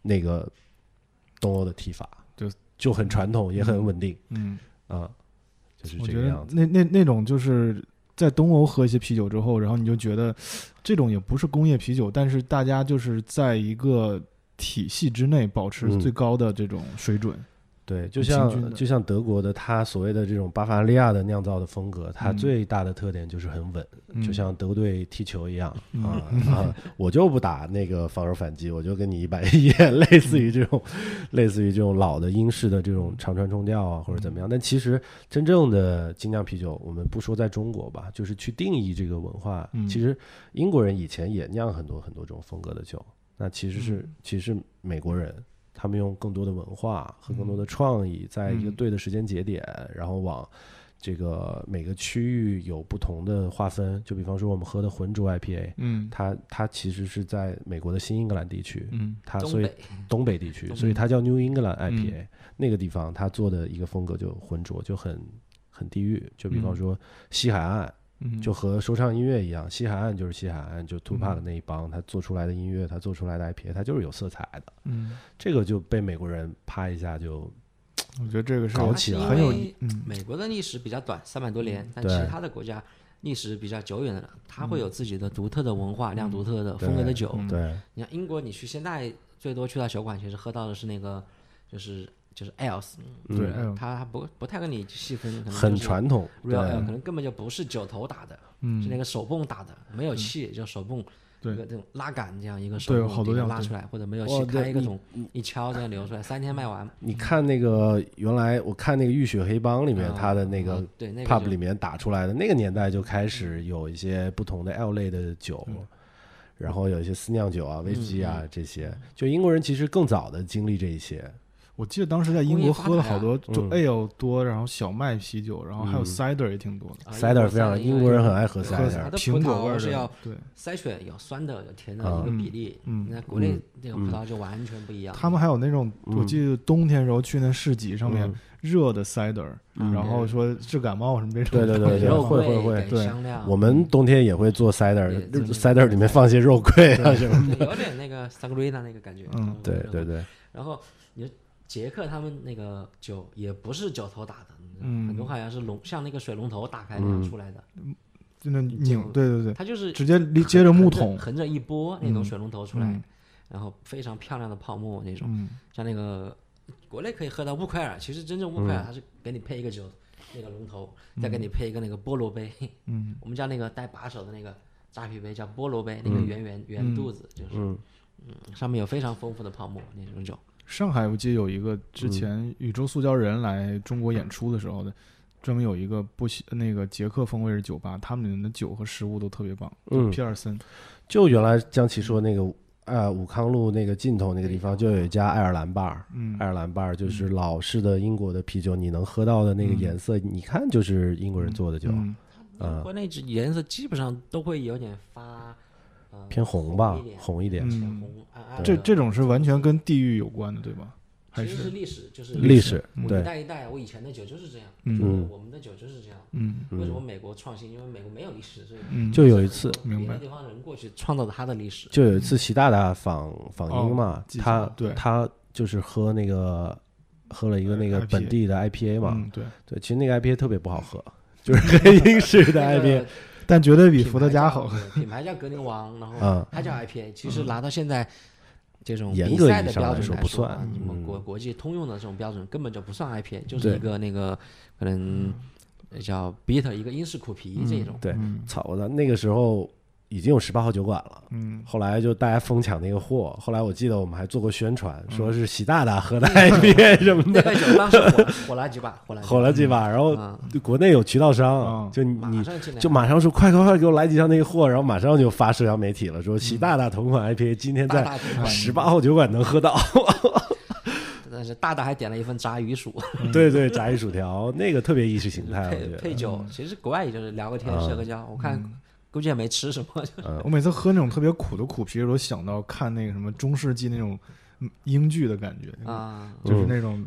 Speaker 2: 那个东欧的踢法，
Speaker 1: 就
Speaker 2: 就很传统，也很稳定。
Speaker 1: 嗯，
Speaker 2: 啊，就是
Speaker 1: 我
Speaker 2: 这
Speaker 1: 觉
Speaker 2: 个
Speaker 1: 得
Speaker 2: 样子。
Speaker 1: 那那那种就是在东欧喝一些啤酒之后，然后你就觉得这种也不是工业啤酒，但是大家就是在一个体系之内保持
Speaker 2: 嗯
Speaker 1: 最高的这种水准。
Speaker 2: 对，就
Speaker 1: 平均的
Speaker 2: 像就像德国的，它所谓的这种巴伐利亚的酿造的风格，它
Speaker 1: 嗯
Speaker 2: 最大的特点就是很稳，
Speaker 1: 嗯
Speaker 2: 就像德国队踢球一样
Speaker 1: 嗯
Speaker 2: 啊、啊！我就不打那个防守反击，我就跟你一板一眼， *laughs* 类似于这种，类似于这种老的英式的这种长传冲吊啊，或者怎么样。但其实真正的精酿啤酒，我们不说在中国吧，就是去定义这个文化。
Speaker 1: 嗯
Speaker 2: 其实英国人以前也酿很多很多种风格的酒，那其实是、其实是美国人。他们用更多的文化和更多的创意，在一个
Speaker 1: 嗯
Speaker 2: 对的时间节点，然后往这个每个区域有不同的划分。就比方说我们喝的浑浊 IPA，
Speaker 1: 嗯
Speaker 2: 它它其实是在美国的新英格兰地区，
Speaker 1: 嗯
Speaker 2: 它
Speaker 3: 东
Speaker 2: 所以
Speaker 3: 北
Speaker 2: 东北地区，
Speaker 3: 东北
Speaker 2: 所以它叫 New England IPA、那个地方它做的一个风格就浑浊，就很很地域。就比方
Speaker 1: 嗯
Speaker 2: 说西海岸，
Speaker 1: 嗯，
Speaker 2: 就和说唱音乐一样，西海岸就是西海岸，就 Tupac 那一帮，他做出来的音乐，他做出来的 IPA，它就是有色彩的。
Speaker 1: 嗯，
Speaker 2: 这个就被美国人啪一下就
Speaker 1: 我觉得这个是
Speaker 2: 搞起来
Speaker 1: 很有
Speaker 3: 因为
Speaker 1: 嗯
Speaker 3: 美国的历史比较短，三百多年，但
Speaker 2: 嗯对嗯
Speaker 3: 其他的国家历史比较久远的，它会有自己的独特的文化，酿独特的风格的酒。
Speaker 1: 嗯
Speaker 2: 对，
Speaker 3: 你看英国，你去现在最多去到酒馆，其实喝到的是那个，就是就是 ales，
Speaker 2: 嗯
Speaker 1: 对
Speaker 3: 它它不不太跟你细分，可能
Speaker 2: 很
Speaker 3: 就是
Speaker 2: 传统，对
Speaker 3: real ale 可能根本就不是酒头打的，是那个手泵打的，没有气就手泵，
Speaker 1: 嗯对
Speaker 3: 一个这种拉杆这样一个手
Speaker 1: 对
Speaker 3: 泵
Speaker 1: 有好多
Speaker 3: 这样
Speaker 1: 样
Speaker 3: 拉
Speaker 1: 对
Speaker 3: 出来，或者没有
Speaker 2: 哦
Speaker 3: 气
Speaker 2: 对
Speaker 3: 开一个
Speaker 2: 你
Speaker 3: 桶一敲这样流出来，三天卖完。
Speaker 2: 你看那个原来我看那个《浴血黑帮》里面
Speaker 3: 啊
Speaker 2: 他的那个
Speaker 3: 啊对那个
Speaker 2: pub
Speaker 3: 就
Speaker 2: 里面打出来的那个年代就开始有一些不同的 L 类的酒，然后有一些私酿酒啊、威士忌啊这些。就英国人其实更早的经历这一些，
Speaker 1: 我记得当时在英国喝了好多，就
Speaker 2: 工业发
Speaker 1: ale 多，然后小麦啤酒，然后还有
Speaker 2: 嗯
Speaker 1: cider 也挺多的，
Speaker 3: 啊
Speaker 2: cider 非常英国人很爱喝
Speaker 3: 对
Speaker 1: 喝
Speaker 2: cider，
Speaker 3: 它的
Speaker 1: 苹果味儿
Speaker 3: 葡萄是
Speaker 1: 的
Speaker 3: 要，
Speaker 1: 对，
Speaker 3: 筛选有酸的有甜的
Speaker 2: 啊
Speaker 3: 一个比例，
Speaker 1: 嗯
Speaker 3: 那国内
Speaker 2: 嗯
Speaker 3: 那个葡萄就完全不一样。
Speaker 2: 嗯
Speaker 1: 他们还有那种，我记得冬天时候去那市集上面，热的 cider，、
Speaker 5: 嗯
Speaker 1: 然后说治感冒什么这种
Speaker 2: 对
Speaker 1: 东
Speaker 2: 对
Speaker 1: 西。
Speaker 2: 对对
Speaker 3: 肉
Speaker 2: 会
Speaker 3: 桂
Speaker 2: 会会
Speaker 3: 给
Speaker 1: 对
Speaker 3: 香料，
Speaker 2: 我们冬天也会做 cider，
Speaker 3: 啊对
Speaker 2: 就
Speaker 3: 对对
Speaker 2: cider 里面放些肉桂啊什么。
Speaker 3: 对有点那个 Sangrina 那个感觉。
Speaker 1: 嗯
Speaker 2: 对对。对，
Speaker 3: 然后你说捷克他们那个酒也不是酒头打的，你知道
Speaker 1: 嗯
Speaker 3: 很多好像是龙像那个水龙头打开那样出来的，
Speaker 1: 就那
Speaker 3: 就
Speaker 1: 拧，对对对，
Speaker 3: 它就是
Speaker 1: 直接离接着木
Speaker 3: 横
Speaker 1: 桶，
Speaker 3: 横着一拨那种
Speaker 1: 嗯
Speaker 3: 水龙头出来，
Speaker 1: 嗯
Speaker 3: 然后非常漂亮的泡沫那种，
Speaker 1: 嗯，
Speaker 3: 像那个国内可以喝到乌奎尔，其实真正乌
Speaker 2: 嗯
Speaker 3: 奎尔它是给你配一个酒、那个龙头，再给你配一个那个菠萝杯，
Speaker 1: 嗯，
Speaker 3: *laughs* 我们叫那个带把手的那个扎啤杯叫菠萝杯，那个圆圆圆肚子就是，
Speaker 2: 嗯
Speaker 3: 嗯上面有非常丰富的泡沫那种酒，
Speaker 1: 上海我记得有一个
Speaker 2: 嗯
Speaker 1: 之前宇宙塑胶人来中国演出的时候的，专门有一个不西那个捷克风味的酒吧，他们里面的酒和食物都特别棒。
Speaker 2: 嗯
Speaker 1: 皮尔森，
Speaker 2: 就原来江奇说那
Speaker 1: 嗯
Speaker 2: 个呃武康路那个尽头那个地方，就有一家爱尔兰 bar，
Speaker 1: 嗯
Speaker 2: 爱尔兰 bar 就是老式的英国的啤酒，你能喝到的那个颜色，你看就是英国人做的酒，
Speaker 1: 嗯
Speaker 2: 啊
Speaker 3: 国内这颜色基本上都会有点发，呃、
Speaker 2: 偏红吧
Speaker 3: 一，点
Speaker 2: 红一点。
Speaker 1: 嗯
Speaker 3: 浅红啊暗暗的。
Speaker 1: 这这种是完全跟地域有关的，对吧？还
Speaker 3: 其实是
Speaker 1: 是
Speaker 3: 历史，就是
Speaker 2: 历史
Speaker 3: 我
Speaker 2: 对
Speaker 3: 一代一代，我以前的酒就是这样，
Speaker 1: 嗯
Speaker 3: 就是我们的酒就是这样。
Speaker 1: 嗯
Speaker 3: 为什么美国创新？因为美国没有历史，所以
Speaker 1: 嗯，
Speaker 2: 就有一次，
Speaker 1: 明
Speaker 3: 别
Speaker 1: 白
Speaker 3: 的地方的人过去创造了他的历史。
Speaker 2: 就有一次习大大访访英嘛
Speaker 1: 哦，记
Speaker 2: 他
Speaker 1: 住对
Speaker 2: 他就是喝那个喝了一个那个
Speaker 1: IPA
Speaker 2: 本地的 IPA 嘛，
Speaker 1: 嗯
Speaker 2: *laughs*
Speaker 1: 对，
Speaker 2: 对，其实那个 IPA 特别不好喝，就是黑英式的
Speaker 3: 那
Speaker 2: IPA，
Speaker 3: 个
Speaker 1: 但绝对比
Speaker 3: 品牌
Speaker 1: 伏特加
Speaker 3: 叫
Speaker 1: 好喝。
Speaker 3: 对品牌叫格林王，
Speaker 1: 哦
Speaker 3: 然后
Speaker 2: 啊
Speaker 3: 它叫 IPA。其实拿到现在这种
Speaker 2: 严
Speaker 3: 比
Speaker 2: 格
Speaker 3: 赛
Speaker 2: 意义
Speaker 3: 的
Speaker 2: 上
Speaker 3: 标
Speaker 2: 来
Speaker 3: 准
Speaker 2: 说
Speaker 3: 来
Speaker 2: 不
Speaker 3: 说啊
Speaker 2: 算
Speaker 3: 什么
Speaker 2: 嗯
Speaker 3: 国国际通用的这种标准根本就不算 IPA，就是
Speaker 2: 对
Speaker 3: 一个那个可能叫 bitter 一个英式苦皮这种。
Speaker 2: 对
Speaker 1: 嗯，
Speaker 2: 操我操，那个时候已经有十八号酒馆了。
Speaker 1: 嗯，
Speaker 2: 后来就大家疯抢那个货，后来我记得我们还做过宣传，说
Speaker 1: 嗯
Speaker 2: 是习大大喝的 IPA 什么
Speaker 3: 那
Speaker 2: 的，
Speaker 3: 个酒当时火了火了几把，火了几把
Speaker 2: 吼了几把，然后
Speaker 3: 嗯
Speaker 2: 就国内有渠道商
Speaker 1: 嗯，
Speaker 2: 就
Speaker 3: 马
Speaker 2: 你
Speaker 3: 上进来
Speaker 2: 就马上说快快快给我来几箱那个货，然后马上就发社交媒体了，说
Speaker 1: 嗯
Speaker 2: 习大大同款 IPA 今天
Speaker 3: 大
Speaker 2: 在
Speaker 3: 大同款
Speaker 2: 十八号酒馆能喝到，
Speaker 3: 但是大大还点了一份炸鱼薯，
Speaker 1: 嗯
Speaker 2: 对对，炸鱼薯条那个特别意识形啊态，我觉
Speaker 3: 配
Speaker 2: 得
Speaker 3: 配酒。其实国外也就是聊个天、
Speaker 2: 嗯
Speaker 3: 社个交，我看估计也没吃什么，就
Speaker 1: 我每次喝那种特别苦的苦啤，我都想到看那个什么中世纪那种嗯英剧的感觉，
Speaker 3: 啊，
Speaker 1: 就是那种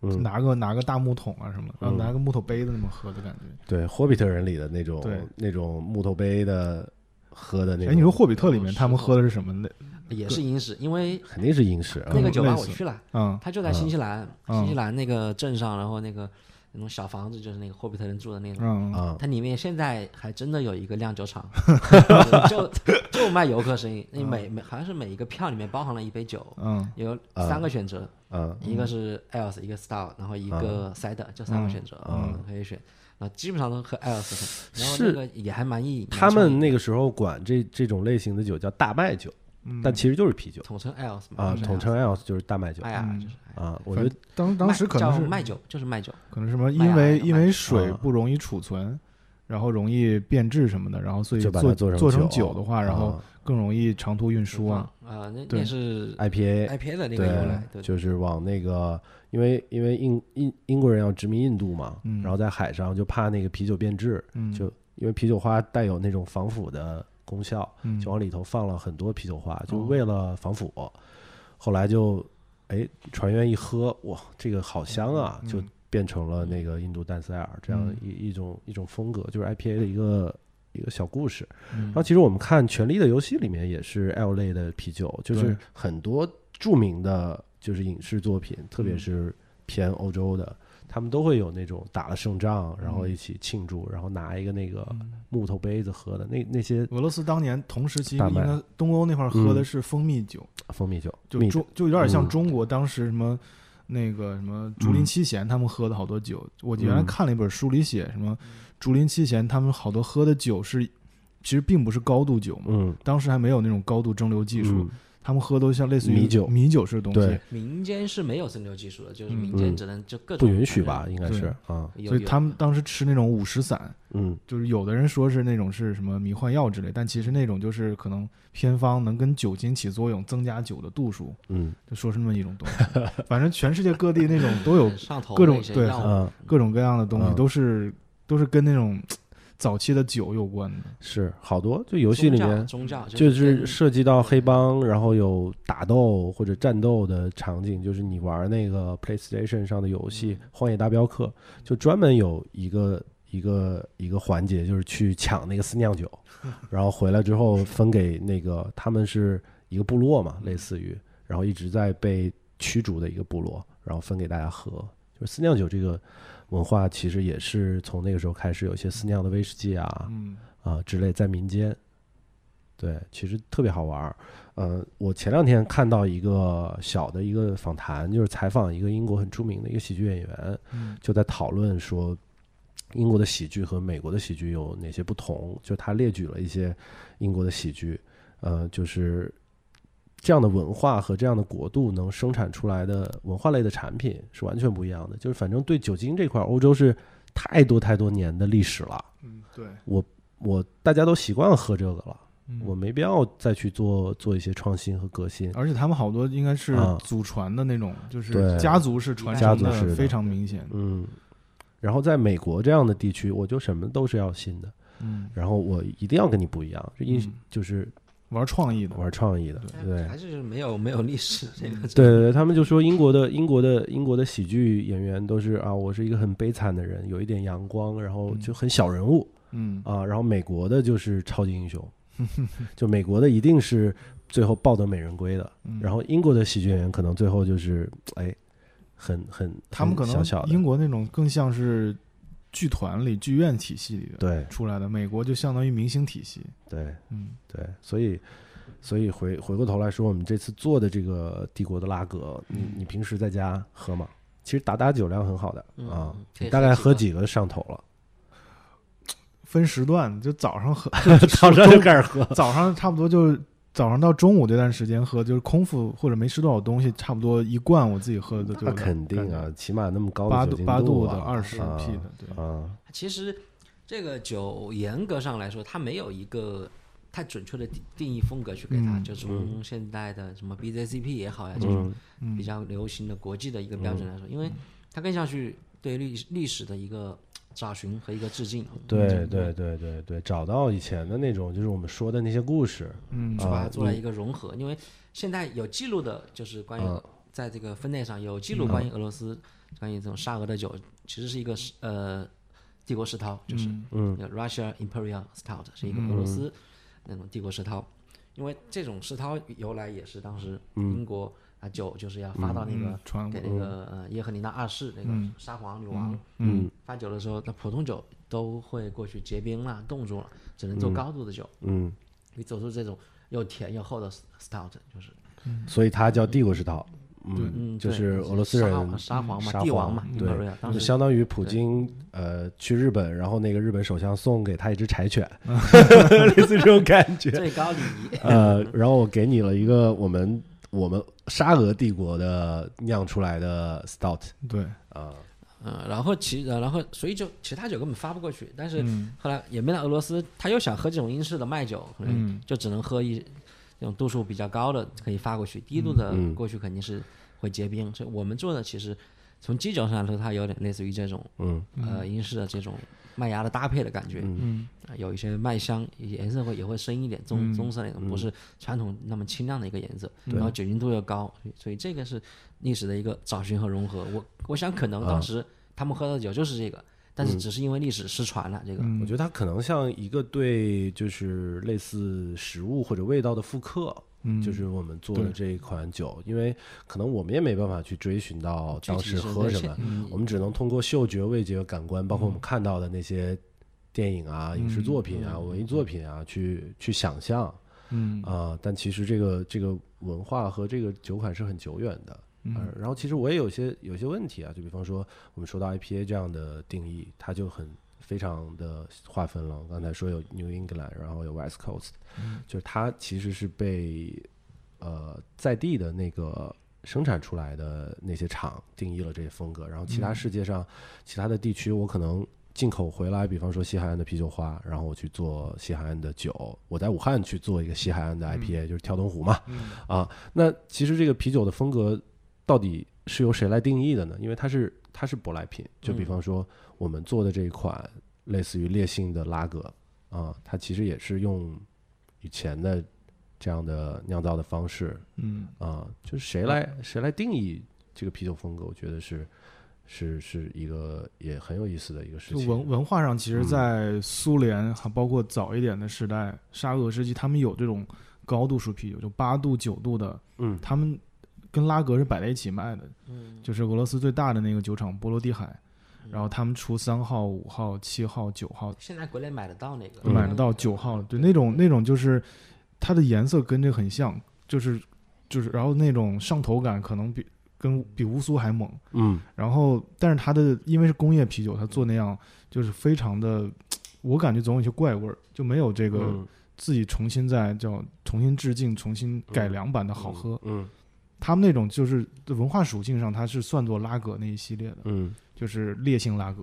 Speaker 2: 嗯
Speaker 1: 拿个拿个大木桶啊什么，然后拿个木头杯子那么喝的感觉。
Speaker 2: 对《霍比特人》里的那种
Speaker 1: 对
Speaker 2: 那种木头杯的喝的那
Speaker 1: 哎，你说《
Speaker 2: 种，哦
Speaker 1: 霍比特》里面他们喝的是什么那
Speaker 3: 也是英式，因为
Speaker 2: 肯定是英式啊
Speaker 3: 那。个酒吧
Speaker 1: 类
Speaker 3: 我
Speaker 1: 似
Speaker 3: 去了，
Speaker 1: 嗯
Speaker 3: 它就在新西兰，
Speaker 1: 嗯
Speaker 3: 新西兰那个镇上，然后那个那种小房子就是那个霍比特人住的那种。
Speaker 1: 嗯
Speaker 2: 啊，
Speaker 3: 它里面现在还真的有一个酿
Speaker 2: *laughs*
Speaker 3: 酒厂，对就就卖游客生意。那
Speaker 2: 嗯
Speaker 3: 每每好像是每一个票里面包含了一杯酒，
Speaker 1: 嗯
Speaker 3: 有
Speaker 2: 啊
Speaker 3: 三个选择，
Speaker 2: 嗯，啊
Speaker 3: 一个是 else，一个 star，然后一个 cider，就三个选择，嗯，可以选。然后基本上都喝 else，喝然后
Speaker 2: 是
Speaker 3: 那个也还蛮易。
Speaker 2: 他
Speaker 3: 蛮
Speaker 2: 们
Speaker 3: 畅饮
Speaker 2: 那个时候管这这种类型的酒叫大麦酒，
Speaker 1: 嗯
Speaker 2: 但其实就是啤酒
Speaker 3: 统称 else 嘛，
Speaker 2: 啊，
Speaker 3: 就是哎
Speaker 2: 统称 else 就是大麦酒
Speaker 3: IR
Speaker 1: 嗯
Speaker 3: 就是 IR。
Speaker 2: 啊。我
Speaker 1: 反
Speaker 2: 觉得
Speaker 1: 当当时可能
Speaker 3: 叫
Speaker 1: 是
Speaker 3: 卖酒，就是卖酒，
Speaker 1: 可能什么，
Speaker 3: 麦芽
Speaker 1: 因为
Speaker 3: 那个
Speaker 1: 因
Speaker 3: 麦
Speaker 1: 为
Speaker 3: 芽
Speaker 1: 水
Speaker 2: 啊
Speaker 1: 不容易储存，然后容易变质什么的，然后所以
Speaker 2: 就把
Speaker 1: 做
Speaker 2: 它做成
Speaker 1: 成
Speaker 2: 酒
Speaker 1: 酒的话，然后
Speaker 2: 啊
Speaker 1: 更容易长途运输啊。
Speaker 3: 啊，那
Speaker 1: 对
Speaker 3: 那是
Speaker 2: IPA
Speaker 3: IPA 的那个由
Speaker 2: 对
Speaker 3: 来，，对，
Speaker 2: 就是往那个，因为因为英英英国人要殖民印度嘛，
Speaker 1: 嗯
Speaker 2: 然后在海上就怕那个啤酒变质，
Speaker 1: 嗯，
Speaker 2: 就因为啤酒花带有那种防腐的功效，
Speaker 1: 嗯
Speaker 2: 就往里头放了很多啤酒花，
Speaker 1: 哦
Speaker 2: 就为了防腐。后来就，哎，船员一喝，哇，这个好香啊，
Speaker 1: 嗯
Speaker 2: 就变成了那个印度淡塞尔这样
Speaker 1: 嗯
Speaker 2: 一、一种一种风格，就是 IPA 的一个一个小故事。
Speaker 1: 嗯
Speaker 2: 然后其实我们看《权力的游戏》里面也是 L 类的啤酒，就是
Speaker 1: 对
Speaker 2: 很多著名的就是影视作品，特
Speaker 1: 嗯
Speaker 2: 别是偏欧洲的，他们都会有那种打了胜仗，然
Speaker 1: 嗯
Speaker 2: 后一起庆祝，然后拿一个那个木头杯子喝的那那些
Speaker 1: 俄罗斯当年同时期，
Speaker 2: 大
Speaker 1: 应
Speaker 2: 麦
Speaker 1: 该东欧那块儿喝
Speaker 2: 嗯
Speaker 1: 的是蜂蜜酒，
Speaker 2: 蜂蜜酒，
Speaker 1: 就
Speaker 2: 蜜
Speaker 1: 中就有点像
Speaker 2: 嗯
Speaker 1: 中国当时什么那个什么竹林七贤他们喝的好多酒。我原来
Speaker 2: 嗯
Speaker 1: 看了一本书里写什么竹林七贤他们好多喝的酒是其实并不是高度酒嘛，
Speaker 2: 嗯，
Speaker 1: 当时还没有那种高度蒸馏技术，
Speaker 2: 嗯
Speaker 1: 他们喝都像类似于
Speaker 2: 米酒
Speaker 1: 米酒式的东西
Speaker 2: 对，
Speaker 3: 民间是没有蒸馏技术的，就
Speaker 1: 嗯
Speaker 3: 是民间只能就各
Speaker 2: 不
Speaker 3: 种
Speaker 2: 允许吧？？应该
Speaker 1: 对
Speaker 2: 是啊，
Speaker 3: 有
Speaker 1: 所以他们当时吃那种五石散，
Speaker 2: 嗯
Speaker 1: 就是有的人说是那种是什么迷幻药之类，但其实那种就是可能偏方能跟酒精起作用，增加酒的度数，
Speaker 2: 嗯
Speaker 1: 就说是那么一种东西。 *laughs* 反正全世界各地那种都有
Speaker 3: 有上头
Speaker 1: 各种
Speaker 3: 那些
Speaker 1: 对
Speaker 3: 药物
Speaker 2: 啊，
Speaker 1: 各种各样的东西，
Speaker 2: 嗯
Speaker 1: 都是都是跟那种早期的酒有关的。
Speaker 2: 是好多就游戏里面
Speaker 3: 宗教宗教
Speaker 2: 就是
Speaker 3: 跟
Speaker 2: 涉及到黑帮，然后有打斗或者战斗的场景，就是你玩那个 PlayStation 上的游戏《荒野大镖客》，就专门有一个一个一个环节，就是去抢那个私酿酒， *laughs* 然后回来之后分给那个他们是一个部落嘛，类似于，然后一直在被驱逐的一个部落，然后分给大家喝。就是私酿酒这个文化，其实也是从那个时候开始，有一些私酿的威士忌啊，
Speaker 1: 嗯，
Speaker 2: 啊之类在民间。对，其实特别好玩儿。呃，我前两天看到一个小的一个访谈，就是采访一个英国很著名的一个喜剧演员，
Speaker 1: 嗯
Speaker 2: 就在讨论说英国的喜剧和美国的喜剧有哪些不同。就他列举了一些英国的喜剧，呃，就是这样的文化和这样的国度能生产出来的文化类的产品是完全不一样的。就是反正对酒精这块儿，欧洲是太多太多年的历史了。
Speaker 1: 嗯，对，
Speaker 2: 我大家都习惯喝这个了，
Speaker 1: 嗯啊
Speaker 2: 我没必要再去做做一些创新和革新。
Speaker 1: 而且他们好多应该是
Speaker 2: 啊
Speaker 1: 祖传的那种，就是
Speaker 2: 对
Speaker 1: 家族是传
Speaker 2: 家
Speaker 1: 承
Speaker 2: 族式
Speaker 1: 的
Speaker 2: 的
Speaker 1: 非常明显。
Speaker 2: 嗯，然后在美国这样的地区，我就什么都是要新的，
Speaker 1: 嗯，
Speaker 2: 然后我一定要跟你不一样，这一
Speaker 1: 嗯
Speaker 2: 就是
Speaker 1: 玩创意的，
Speaker 2: 玩创意的，
Speaker 1: 对
Speaker 2: 对嗯
Speaker 3: 还。是就是没有没有历史这个
Speaker 2: 对对对，他们就说英国的英国的英国的喜剧演员都是啊，我是一个很悲惨的人，有一点阳光，然后就很小人物，
Speaker 1: 嗯
Speaker 2: 啊，然后美国的就是超级英
Speaker 1: *laughs*
Speaker 2: 雄，就美国的一定是最后抱得美人归的，
Speaker 1: 嗯
Speaker 2: 然后英国的喜剧演员可能最后就是哎，很很
Speaker 1: 他们
Speaker 2: 很
Speaker 1: 可能
Speaker 2: 小小的
Speaker 1: 英国那种更像是剧团里、剧院体系里的
Speaker 2: 对
Speaker 1: 出来的，美国就相当于明星体系。
Speaker 2: 对
Speaker 1: 嗯
Speaker 2: 对，所以所以回回过头来说，我们这次做的这个帝国的拉格，你你平时在家喝吗？其实达达酒量很好的
Speaker 3: 嗯
Speaker 2: 啊
Speaker 3: 嗯，可
Speaker 2: 你
Speaker 3: 以
Speaker 2: 大
Speaker 3: 喝
Speaker 2: 概
Speaker 3: 几
Speaker 2: 喝
Speaker 3: 个
Speaker 2: 几个上头了？
Speaker 1: 分时段，就早上喝，
Speaker 2: 早上就开始喝，
Speaker 1: *laughs* 早上差不多就是早上到中午这段时间喝，就是空腹或者没吃多少东西，差不多一罐我自己喝的就
Speaker 2: 那肯定啊，起码那么高
Speaker 1: 八
Speaker 2: 的酒
Speaker 1: 度
Speaker 2: 精
Speaker 1: 八
Speaker 2: 度
Speaker 1: 的
Speaker 2: 啊
Speaker 1: 二十
Speaker 2: 啊
Speaker 1: P 的，对，
Speaker 2: 啊，
Speaker 3: 其实这个酒严格上来说，它没有一个太准确的定定义风格去给它，
Speaker 1: 嗯
Speaker 3: 就从现代的什么 BJCP 也好呀，这种
Speaker 2: 嗯
Speaker 1: 嗯
Speaker 3: 比较流行的国际的一个标准来说，因为它更像去对历历史的一个找寻和一个致敬。
Speaker 2: 对对对对对，找到以前的那种，就是我们说的那些故事，
Speaker 1: 嗯
Speaker 3: 去把它
Speaker 2: 啊
Speaker 3: 做了一个融合，因为现在有记录的，就是关于
Speaker 2: 嗯
Speaker 3: 在这个分类上有记录关于俄罗斯、关于这种沙俄的酒，其实是一个是呃帝国世涛，就是
Speaker 2: 嗯
Speaker 3: 有 Russia Imperial Stout 是一个俄罗斯那种帝国世涛，因为这种世涛由来也是当时
Speaker 2: 嗯
Speaker 3: 英国啊酒就是要发到那
Speaker 1: 嗯
Speaker 3: 个
Speaker 1: 传
Speaker 3: 给
Speaker 1: 过，
Speaker 3: 那个呃耶和尼娜二世那个
Speaker 1: 嗯
Speaker 3: 沙皇女王
Speaker 2: 嗯
Speaker 3: 发酒的时候，那普通酒都会过去结冰啦、冻住了，只能做高度的酒。
Speaker 2: 嗯，
Speaker 3: 你走出这种又甜又厚的 stout，就是
Speaker 2: 所以它叫帝国石涛，嗯，
Speaker 3: 嗯，
Speaker 2: 就
Speaker 3: 对
Speaker 2: 是俄罗斯人嗯
Speaker 3: 沙皇沙皇嘛，
Speaker 2: 沙
Speaker 3: 帝王
Speaker 2: 皇
Speaker 3: 嘛，
Speaker 2: 对
Speaker 3: Imperial，当啊
Speaker 2: 就
Speaker 3: 时
Speaker 2: 相当于普京呃去日本，然后那个日本首相送给他一只柴
Speaker 3: *laughs*
Speaker 2: 犬， *laughs* 类似这种感觉，
Speaker 3: 最高礼
Speaker 2: *laughs*
Speaker 3: 仪。
Speaker 2: 呃，然后我给你了一个我们我们沙俄帝国的酿出来的 stout
Speaker 1: 对，
Speaker 2: 啊，
Speaker 3: 嗯，然后其呃然后所以就其他酒根本发不过去，但是
Speaker 1: 嗯
Speaker 3: 后来也没到俄罗斯，他又想喝这种英式的麦酒，可能
Speaker 1: 嗯
Speaker 3: 就只能喝一这种度数比较高的可以发过去，低度的
Speaker 2: 嗯嗯
Speaker 3: 过去肯定是会结冰。所以我们做的其实从基酒上来说，它有点类似于这种
Speaker 2: 嗯
Speaker 3: 呃英式的这种麦芽的搭配的感觉，
Speaker 1: 嗯
Speaker 3: 啊有一些麦香颜色会也会深一点，棕
Speaker 1: 嗯
Speaker 3: 棕色那种，不是传统那么清亮的一个颜色，然后酒精度又高，所以所以这个是历史的一个找寻和融合。我我想可能
Speaker 1: 啊
Speaker 3: 当时他们喝的酒就是这个，但
Speaker 1: 嗯
Speaker 3: 是只是因为历史失传了这个。
Speaker 2: 我觉得它可能像一个对就是类似食物或者味道的复刻，
Speaker 1: 嗯，
Speaker 2: 就是我们做的这一款酒，因为可能我们也没办法去追寻到当时喝什么，
Speaker 3: 么
Speaker 2: 我们只能通过嗅觉、味觉、感官，包括我们看到的那些电影啊、影视作品啊、文艺作品啊，去去想象啊、
Speaker 1: 嗯
Speaker 2: 但其实这个这个文化和这个酒款是很久远的。
Speaker 1: 嗯
Speaker 2: 呃然后其实我也有些有些问题啊，就比方说我们说到 IPA 这样的定义，它就很非常的划分了。我刚才说有 New England，然后有 West Coast，、就是它其实是被呃在地的那个生产出来的那些厂定义了这些风格，然后其他世界上、其他的地区，我可能。进口回来，比方说西海岸的啤酒花，然后我去做西海岸的酒，我在武汉去做一个西海岸的 IPA，、就是跳东湖嘛，啊，那其实这个啤酒的风格到底是由谁来定义的呢？因为它是它是舶来品，就比
Speaker 3: 嗯
Speaker 2: 方说我们做的这一款类似于烈性的拉格啊，它其实也是用以前的这样的酿造的方式
Speaker 1: 嗯，
Speaker 2: 啊，就是谁来谁来定义这个啤酒风格，我觉得是是是一个也很有意思的一个事
Speaker 1: 就
Speaker 2: 情。
Speaker 1: 文文化上，其实，在苏联还包括早一点的时代，沙俄时期，他们有这种高度数啤酒，就八度、九度的，
Speaker 2: 嗯
Speaker 1: 他们跟拉格是摆在一起卖的，
Speaker 3: 嗯，
Speaker 1: 就是俄罗斯最大的那个酒厂波罗的海，然后他们出三号、五号、七号、九号，
Speaker 3: 现在国内买得到那个，嗯
Speaker 1: 买得到九号，对，那种那种就是它的颜色跟这很像，就是就是，然后那种上头感可能比跟比乌苏还猛，
Speaker 2: 嗯
Speaker 1: 然后，但是它的因为是工业啤酒，它做那样就是非常的，我感觉总有一些怪味儿，就没有这个
Speaker 2: 嗯
Speaker 1: 自己重新再叫重新致敬、重新改良版的好喝。
Speaker 2: 嗯
Speaker 1: 他们那种就是文化属性上，它是算作拉格那一系列的，
Speaker 2: 嗯
Speaker 1: 就是烈性拉格。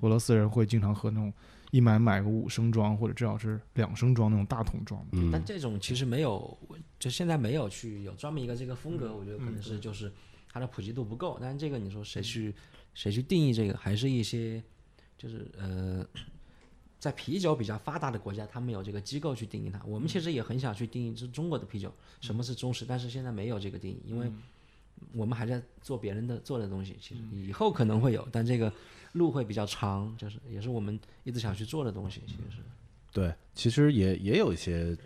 Speaker 1: 俄罗斯人会经常喝那种一买买个五升装，或者至少是两升装那种大桶装的。
Speaker 2: 嗯
Speaker 3: 但这种其实没有，就现在没有去有专门一个这个风格，我觉得可能是就是它的普及度不够。但是这个你说谁去谁去定义这个，还是一些就是呃，在啤酒比较发达的国家，他们有这个机构去定义它。我们其实也很想去定义这中国的啤酒什么是中式，但是现在没有这个定义，因为我们还在做别人的做的东西。其实以后可能会有，但这个路会比较长，就是也是我们一直想去做的东西。其实是，
Speaker 2: 对，其实也也有一些，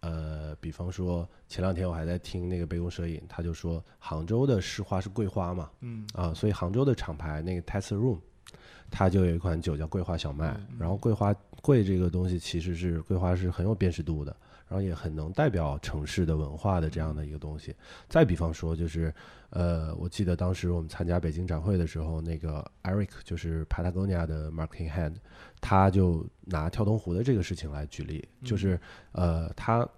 Speaker 2: 呃，比方说前两天我还在听那个杯弓蛇影，他就说杭州的市花是桂花嘛，嗯啊，所以杭州的厂牌那个 Test Room，它就有一款酒叫桂花小麦，然后桂花桂这个东西其实是桂花是很有辨识度的，然后也很能代表城市的文化的这样的一个东西。再比方说就是，呃，我记得当时我们参加北京展会的时候，那个 Eric 就是 Patagonia 的 Marketing Head，他就拿跳东湖的这个事情来举例，就是呃，他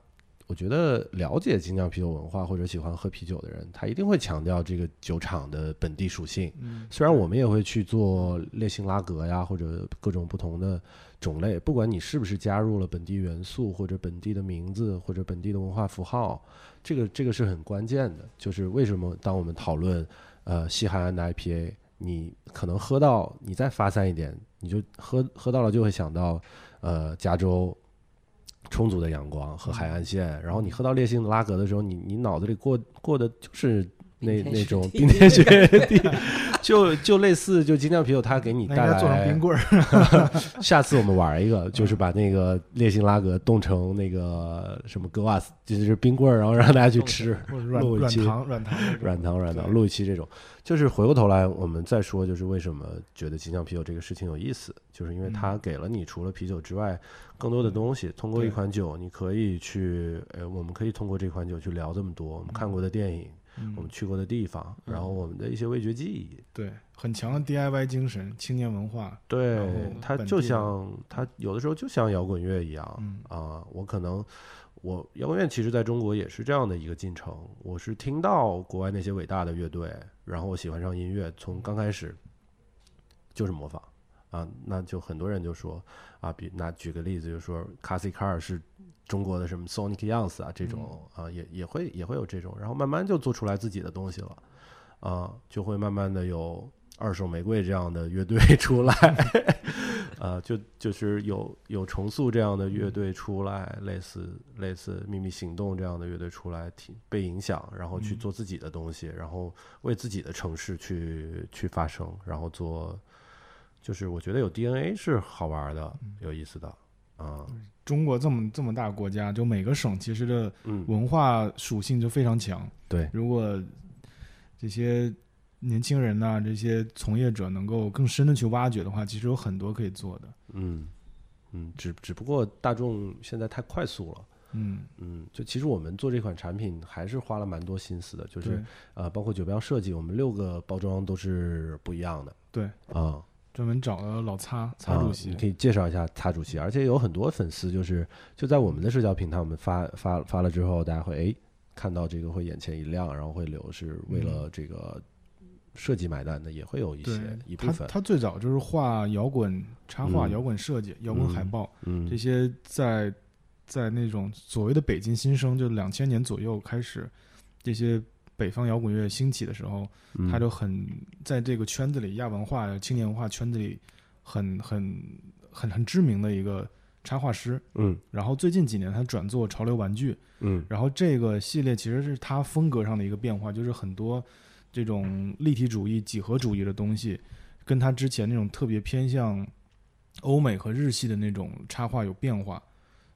Speaker 2: 我觉得了解精酿啤酒文化或者喜欢喝啤酒的人，他一定会强调这个酒厂的本地属性。虽然我们也会去做烈性拉格呀，或者各种不同的种类，不管你是不是加入了本地元素或者本地的名字或者本地的文化符号，这个这个是很关键的。就是为什么当我们讨论呃西海岸的 IPA，你可能喝到你再发散一点，你就喝喝到了就会想到呃加州。充足的阳光和海岸线，然后你喝到烈性的拉格的时候，你你脑子里过过的就是那
Speaker 3: 冰天
Speaker 2: 那
Speaker 3: 雪 *laughs*
Speaker 2: 种
Speaker 3: 地
Speaker 2: 冰天雪地，就就类似就精酿啤酒，它给你
Speaker 1: 那
Speaker 2: 带
Speaker 1: 应该做成
Speaker 2: 来
Speaker 1: 冰。棍儿，嗯
Speaker 2: 下次我们玩一个，就是把那个烈性拉格冻成那个什么格瓦斯，就是冰棍儿，然后让大家去吃。
Speaker 1: 或者软
Speaker 2: 录一
Speaker 1: 软
Speaker 2: 期
Speaker 1: 糖、软糖那种、
Speaker 2: 软糖软糖，
Speaker 1: 对
Speaker 2: 录一期这种，就是回过头来我们再说，就是为什么觉得精酿啤酒这个事情有意思，就是因为它给了你除了啤酒之外更多的东西。通过一
Speaker 1: 嗯对
Speaker 2: 款酒，你可以去，呃，我们可以通过这款酒去聊这么多，我们看过的电影，我们去过的地方，然后我们的一些味觉记忆。
Speaker 1: 嗯对，很强的 DIY 精神、青年文化，然后
Speaker 2: 对，它
Speaker 1: 本
Speaker 2: 就
Speaker 1: 地的
Speaker 2: 像它有的时候就像摇滚乐一样啊、
Speaker 1: 嗯
Speaker 2: 我可能我摇滚乐其实在中国也是这样的一个进程。我是听到国外那些伟大的乐队，然后我喜欢上音乐，从刚开始就是模仿啊。那就很多人就说啊，比那举个例子，就说卡西卡尔是中国的什么 Sonic Youth 啊这种啊，也也会也会有这种，然后慢慢就做出来自己的东西了啊，就会慢慢的有。二手玫瑰这样的乐队出来，啊，就就是有有重塑这样的乐队出来，类似类似秘密行动这样的乐队出来，挺被影响，然后去做自己的东西，然后为自己的城市去去发声，然后做，就是我觉得有 DNA 是好玩的，有意思的，啊，
Speaker 1: 中国这么这么大国家，就每个省其实的
Speaker 2: 嗯，
Speaker 1: 文化属性就非常强。
Speaker 2: 对，
Speaker 1: 如果这些年轻人呐、这些从业者能够更深的去挖掘的话，其实有很多可以做的。
Speaker 2: 嗯嗯，只只不过大众现在太快速了。
Speaker 1: 嗯，
Speaker 2: 嗯，就其实我们做这款产品还是花了蛮多心思的，就
Speaker 1: 对
Speaker 2: 是呃，包括酒标设计，我们六个包装都是不一样的。
Speaker 1: 对，
Speaker 2: 啊、
Speaker 1: 专门找了老擦擦主席
Speaker 2: 啊你，可以介绍一下擦主席。而且有很多粉丝就是就在我们的社交平台，我们发发发了之后，大家会哎看到这个会眼前一亮，然后会留是为了这个设计买单的，也会有一些
Speaker 1: 嗯对
Speaker 2: 一部
Speaker 1: 他
Speaker 2: 分。
Speaker 1: 他最早就是画摇滚插画、
Speaker 2: 嗯
Speaker 1: 摇滚设计、摇滚海报、
Speaker 2: 嗯
Speaker 1: 这些在，在那种所谓的北京新生，就两千年左右开始，这些北方摇滚乐兴起的时候，
Speaker 2: 嗯
Speaker 1: 他就很在这个圈子里，亚文化、青年文化圈子里很很很很知名的一个插画师。
Speaker 2: 嗯
Speaker 1: 然后最近几年他转做潮流玩具，
Speaker 2: 嗯
Speaker 1: 然后这个系列其实是他风格上的一个变化，就是很多这种立体主义、几何主义的东西，跟他之前那种特别偏向欧美和日系的那种插画有变化。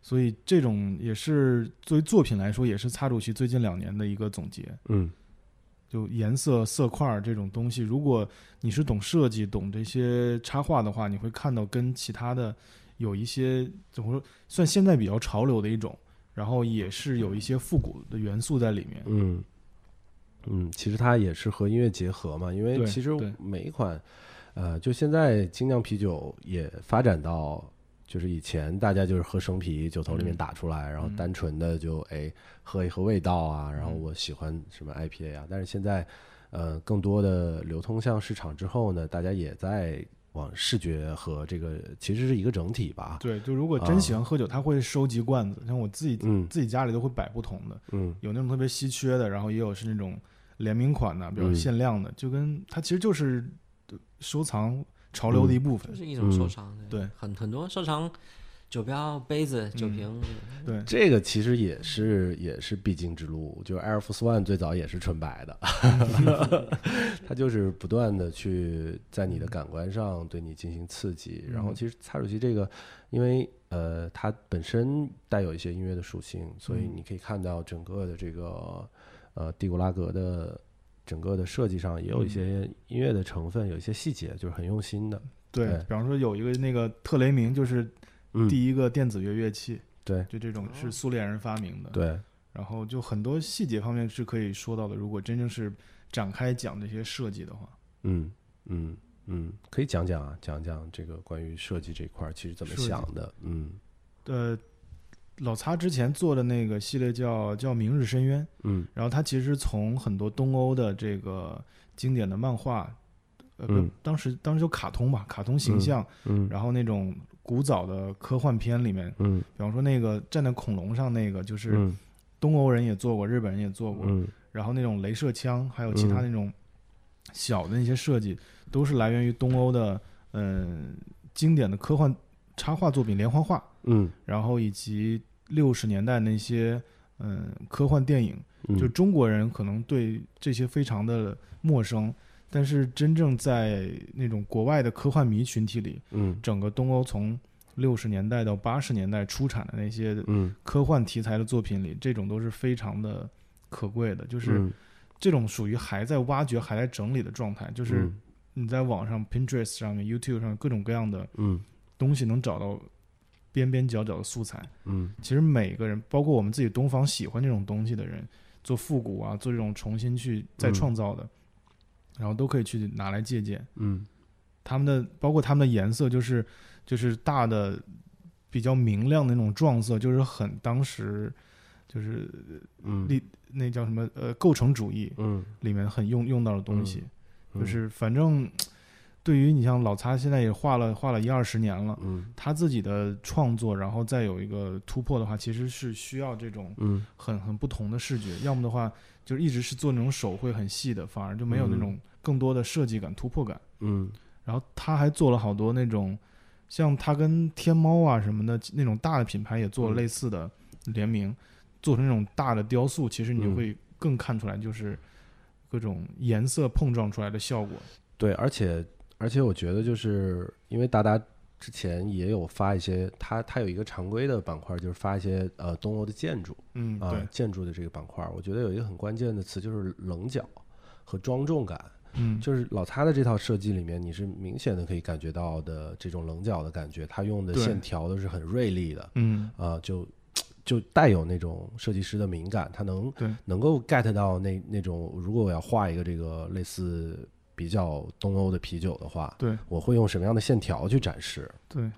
Speaker 1: 所以这种也是作为作品来说，也是擦主席最近两年的一个总结。
Speaker 2: 嗯
Speaker 1: 就颜色、色块儿这种东西，如果你是懂设计、懂这些插画的话，你会看到跟其他的有一些怎么说，算现在比较潮流的一种，然后也是有一些复古的元素在里面。
Speaker 2: 嗯嗯，其实它也是和音乐结合嘛，因为
Speaker 1: 对
Speaker 2: 其实
Speaker 1: 对
Speaker 2: 每一款，呃，就现在精酿啤酒也发展到。就是以前大家就是喝生啤，酒头里面
Speaker 1: 嗯
Speaker 2: 打出来，然后
Speaker 1: 嗯
Speaker 2: 单纯的就哎喝一喝味道啊，然后
Speaker 1: 嗯
Speaker 2: 我喜欢什么 IPA 啊。但是现在，呃，更多的流通向市场之后呢，大家也在往视觉和这个其实是一个整体吧。
Speaker 1: 对，就如果真喜欢喝酒，他会收集罐子，像我自己、
Speaker 2: 嗯
Speaker 1: 自己家里都会摆不同的，
Speaker 2: 嗯
Speaker 1: 有那种特别稀缺的，然后也有是那种联名款的，比
Speaker 2: 嗯
Speaker 1: 如限量的，就跟它其实就是呃收藏潮流的一部分
Speaker 3: 就。是一种收藏。
Speaker 1: 嗯对
Speaker 3: 很很多收藏酒标、杯子、酒
Speaker 1: 嗯
Speaker 3: 瓶，
Speaker 1: 对，
Speaker 2: 这个其实也是也是必经之路，就是 Air Force One 最早也是纯白的， *laughs* 它就是不断的去在你的感官上对你进行刺激。然后其实擦手机这个，因为呃它本身带有一些音乐的属性，所以
Speaker 1: 嗯
Speaker 2: 你可以看到整个的这个呃帝国拉格的整个的设计上也有一些音乐的成分，有一些细节就是很用心的。
Speaker 1: 对，
Speaker 2: 对
Speaker 1: 比方说有一个那个特雷明，就是
Speaker 2: 嗯，
Speaker 1: 第一个电子乐乐器，
Speaker 2: 对
Speaker 1: 就这种
Speaker 3: 哦
Speaker 1: 是苏联人发明的。，
Speaker 2: 对，
Speaker 1: 然后就很多细节方面是可以说到的。如果真正是展开讲这些设计的话，
Speaker 2: 嗯，嗯嗯，可以讲讲啊，讲讲这个关于设计这块儿，其实怎么
Speaker 1: 设计
Speaker 2: 想的？嗯
Speaker 1: 呃，老擦之前做的那个系列叫叫《明日深渊》，
Speaker 2: 嗯
Speaker 1: 然后他其实从很多东欧的这个经典的漫画，呃，不
Speaker 2: 嗯
Speaker 1: 当时当时就卡通吧，卡通形象，
Speaker 2: 嗯
Speaker 1: 然后那种古早的科幻片里面，
Speaker 2: 嗯
Speaker 1: 比方说那个站在恐龙上那个，就是
Speaker 2: 嗯
Speaker 1: 东欧人也做过，日本人也做过，
Speaker 2: 嗯
Speaker 1: 然后那种镭射枪，还有其他
Speaker 2: 嗯
Speaker 1: 那种小的那些设计，都是来源于东欧的嗯、经典的科幻插画作品连环画，
Speaker 2: 嗯
Speaker 1: 然后以及六十年代那些嗯、科幻电影。
Speaker 2: 嗯，
Speaker 1: 就中国人可能对这些非常的陌生，但是真正在那种国外的科幻迷群体里，
Speaker 2: 嗯
Speaker 1: 整个东欧从六十年代到八十年代出产的那些
Speaker 2: 嗯
Speaker 1: 科幻题材的作品里，这种都是非常的可贵的，就是
Speaker 2: 嗯
Speaker 1: 这种属于还在挖掘、还在整理的状态，就是
Speaker 2: 嗯
Speaker 1: 你在网上 Pinterest 上面、YouTube 上各种各样的
Speaker 2: 嗯
Speaker 1: 东西能找到边边角角的素材。
Speaker 2: 嗯
Speaker 1: 其实每个人，包括我们自己东方喜欢这种东西的人，做复古啊，做这种重新去再
Speaker 2: 嗯
Speaker 1: 创造的，然后都可以去拿来借鉴。
Speaker 2: 嗯
Speaker 1: 他们的包括他们的颜色，就是就是大的比较明亮的那种撞色，就是很当时就是
Speaker 2: 嗯
Speaker 1: 历那叫什么呃构成主义
Speaker 2: 嗯
Speaker 1: 里面很用用到的东西，
Speaker 2: 嗯
Speaker 1: 就是反正。对于你像老擦，现在也画了画了一二十年了，
Speaker 2: 嗯
Speaker 1: 他自己的创作，然后再有一个突破的话，其实是需要这种
Speaker 2: 嗯
Speaker 1: 很很不同的视觉，要么的话就是一直是做那种手绘很细的，反而就没有那种更多的设计感、突破感。
Speaker 2: 嗯
Speaker 1: 然后他还做了好多那种，像他跟天猫啊什么的那种大的品牌也做
Speaker 2: 嗯
Speaker 1: 了类似的联名，做成那种大的雕塑，其实你
Speaker 2: 嗯
Speaker 1: 就会更看出来就是各种颜色碰撞出来的效果。
Speaker 2: 对，而且而且我觉得就是因为达达。之前也有发一些，他他有一个常规的板块，就是发一些呃东欧的建筑，
Speaker 1: 嗯，
Speaker 2: 啊、
Speaker 1: 对，
Speaker 2: 建筑的这个板块儿，我觉得有一个很关键的词就是棱角和庄重感。
Speaker 1: 嗯，
Speaker 2: 就是老擦的这套设计里面，你是明显的可以感觉到的这种棱角的感觉，它用的
Speaker 1: 对
Speaker 2: 线条都是很锐利的，
Speaker 1: 嗯，
Speaker 2: 啊、就就带有那种设计师的敏感，他能
Speaker 1: 对
Speaker 2: 能够 get 到那那种，如果我要画一个这个类似比较东欧的啤酒的话，
Speaker 1: 对
Speaker 2: 我会用什么样的线条去展示？
Speaker 1: 对，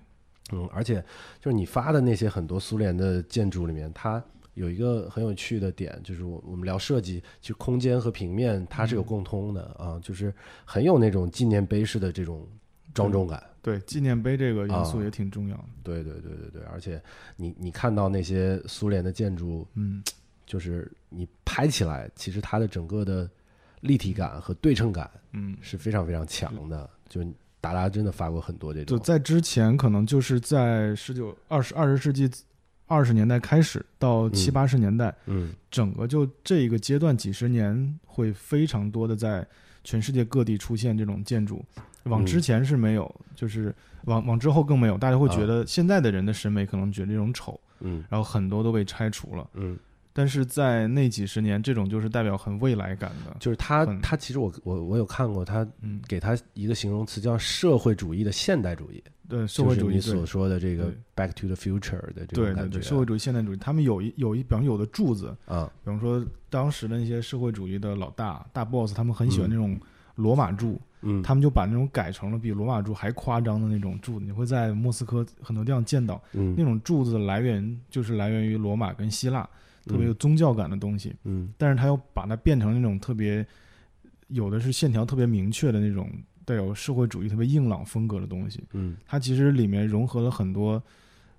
Speaker 2: 嗯，而且就是你发的那些很多苏联的建筑里面，它有一个很有趣的点，就是我我们聊设计，其实空间和平面它
Speaker 1: 嗯
Speaker 2: 是有共通的、啊，就是很有那种纪念碑式的这种庄重感。
Speaker 1: 对，纪念碑这个元素
Speaker 2: 啊
Speaker 1: 也挺重要的。
Speaker 2: 对对对对对，而且你你看到那些苏联的建筑，
Speaker 1: 嗯，
Speaker 2: 就是你拍起来，其实它的整个的立体感和对称感
Speaker 1: 嗯，
Speaker 2: 是非常非常强的，就达达真的发过很多这
Speaker 1: 就
Speaker 2: 种，
Speaker 1: 在之前，可能就是在十九、二十、二十世纪二十年代开始到七
Speaker 2: 嗯
Speaker 1: 八十年代，
Speaker 2: 嗯
Speaker 1: 整个就这一个阶段几十年会非常多的在全世界各地出现这种建筑，往
Speaker 2: 嗯
Speaker 1: 之前是没有，就是往往之后更没有，大家会
Speaker 2: 啊
Speaker 1: 觉得现在的人的审美可能觉得这种丑，
Speaker 2: 嗯
Speaker 1: 然后很多都被拆除了。
Speaker 2: 嗯，
Speaker 1: 但是在那几十年，这种就是代表很未来感的，
Speaker 2: 就是他
Speaker 1: 很
Speaker 2: 他其实我我我有看过他
Speaker 1: 嗯，
Speaker 2: 给他一个形容词叫社会主义的现代主义，
Speaker 1: 对呃社会主义
Speaker 2: 就是你所
Speaker 1: 对
Speaker 2: 说的这个
Speaker 1: 对
Speaker 2: Back to the Future 的这种
Speaker 1: 对对
Speaker 2: 感觉
Speaker 1: 对，社会主义现代主义，他们有一有一，比方有的柱子，
Speaker 2: 啊，
Speaker 1: 比方说当时的那些社会主义的老大大 boss，他们很喜欢
Speaker 2: 嗯
Speaker 1: 那种罗马柱，
Speaker 2: 嗯，
Speaker 1: 他们就把那种改成了比罗马柱还夸张的那种柱子，你会在莫斯科很多地方见到
Speaker 2: 嗯
Speaker 1: 那种柱子的来源就是来源于罗马跟希腊，特别
Speaker 2: 嗯
Speaker 1: 有宗教感的东西，
Speaker 2: 嗯
Speaker 1: 但是他又把它变成那种特别有的是线条特别明确的那种带有社会主义特别硬朗风格的东西，
Speaker 2: 嗯
Speaker 1: 它其实里面融合了很多呃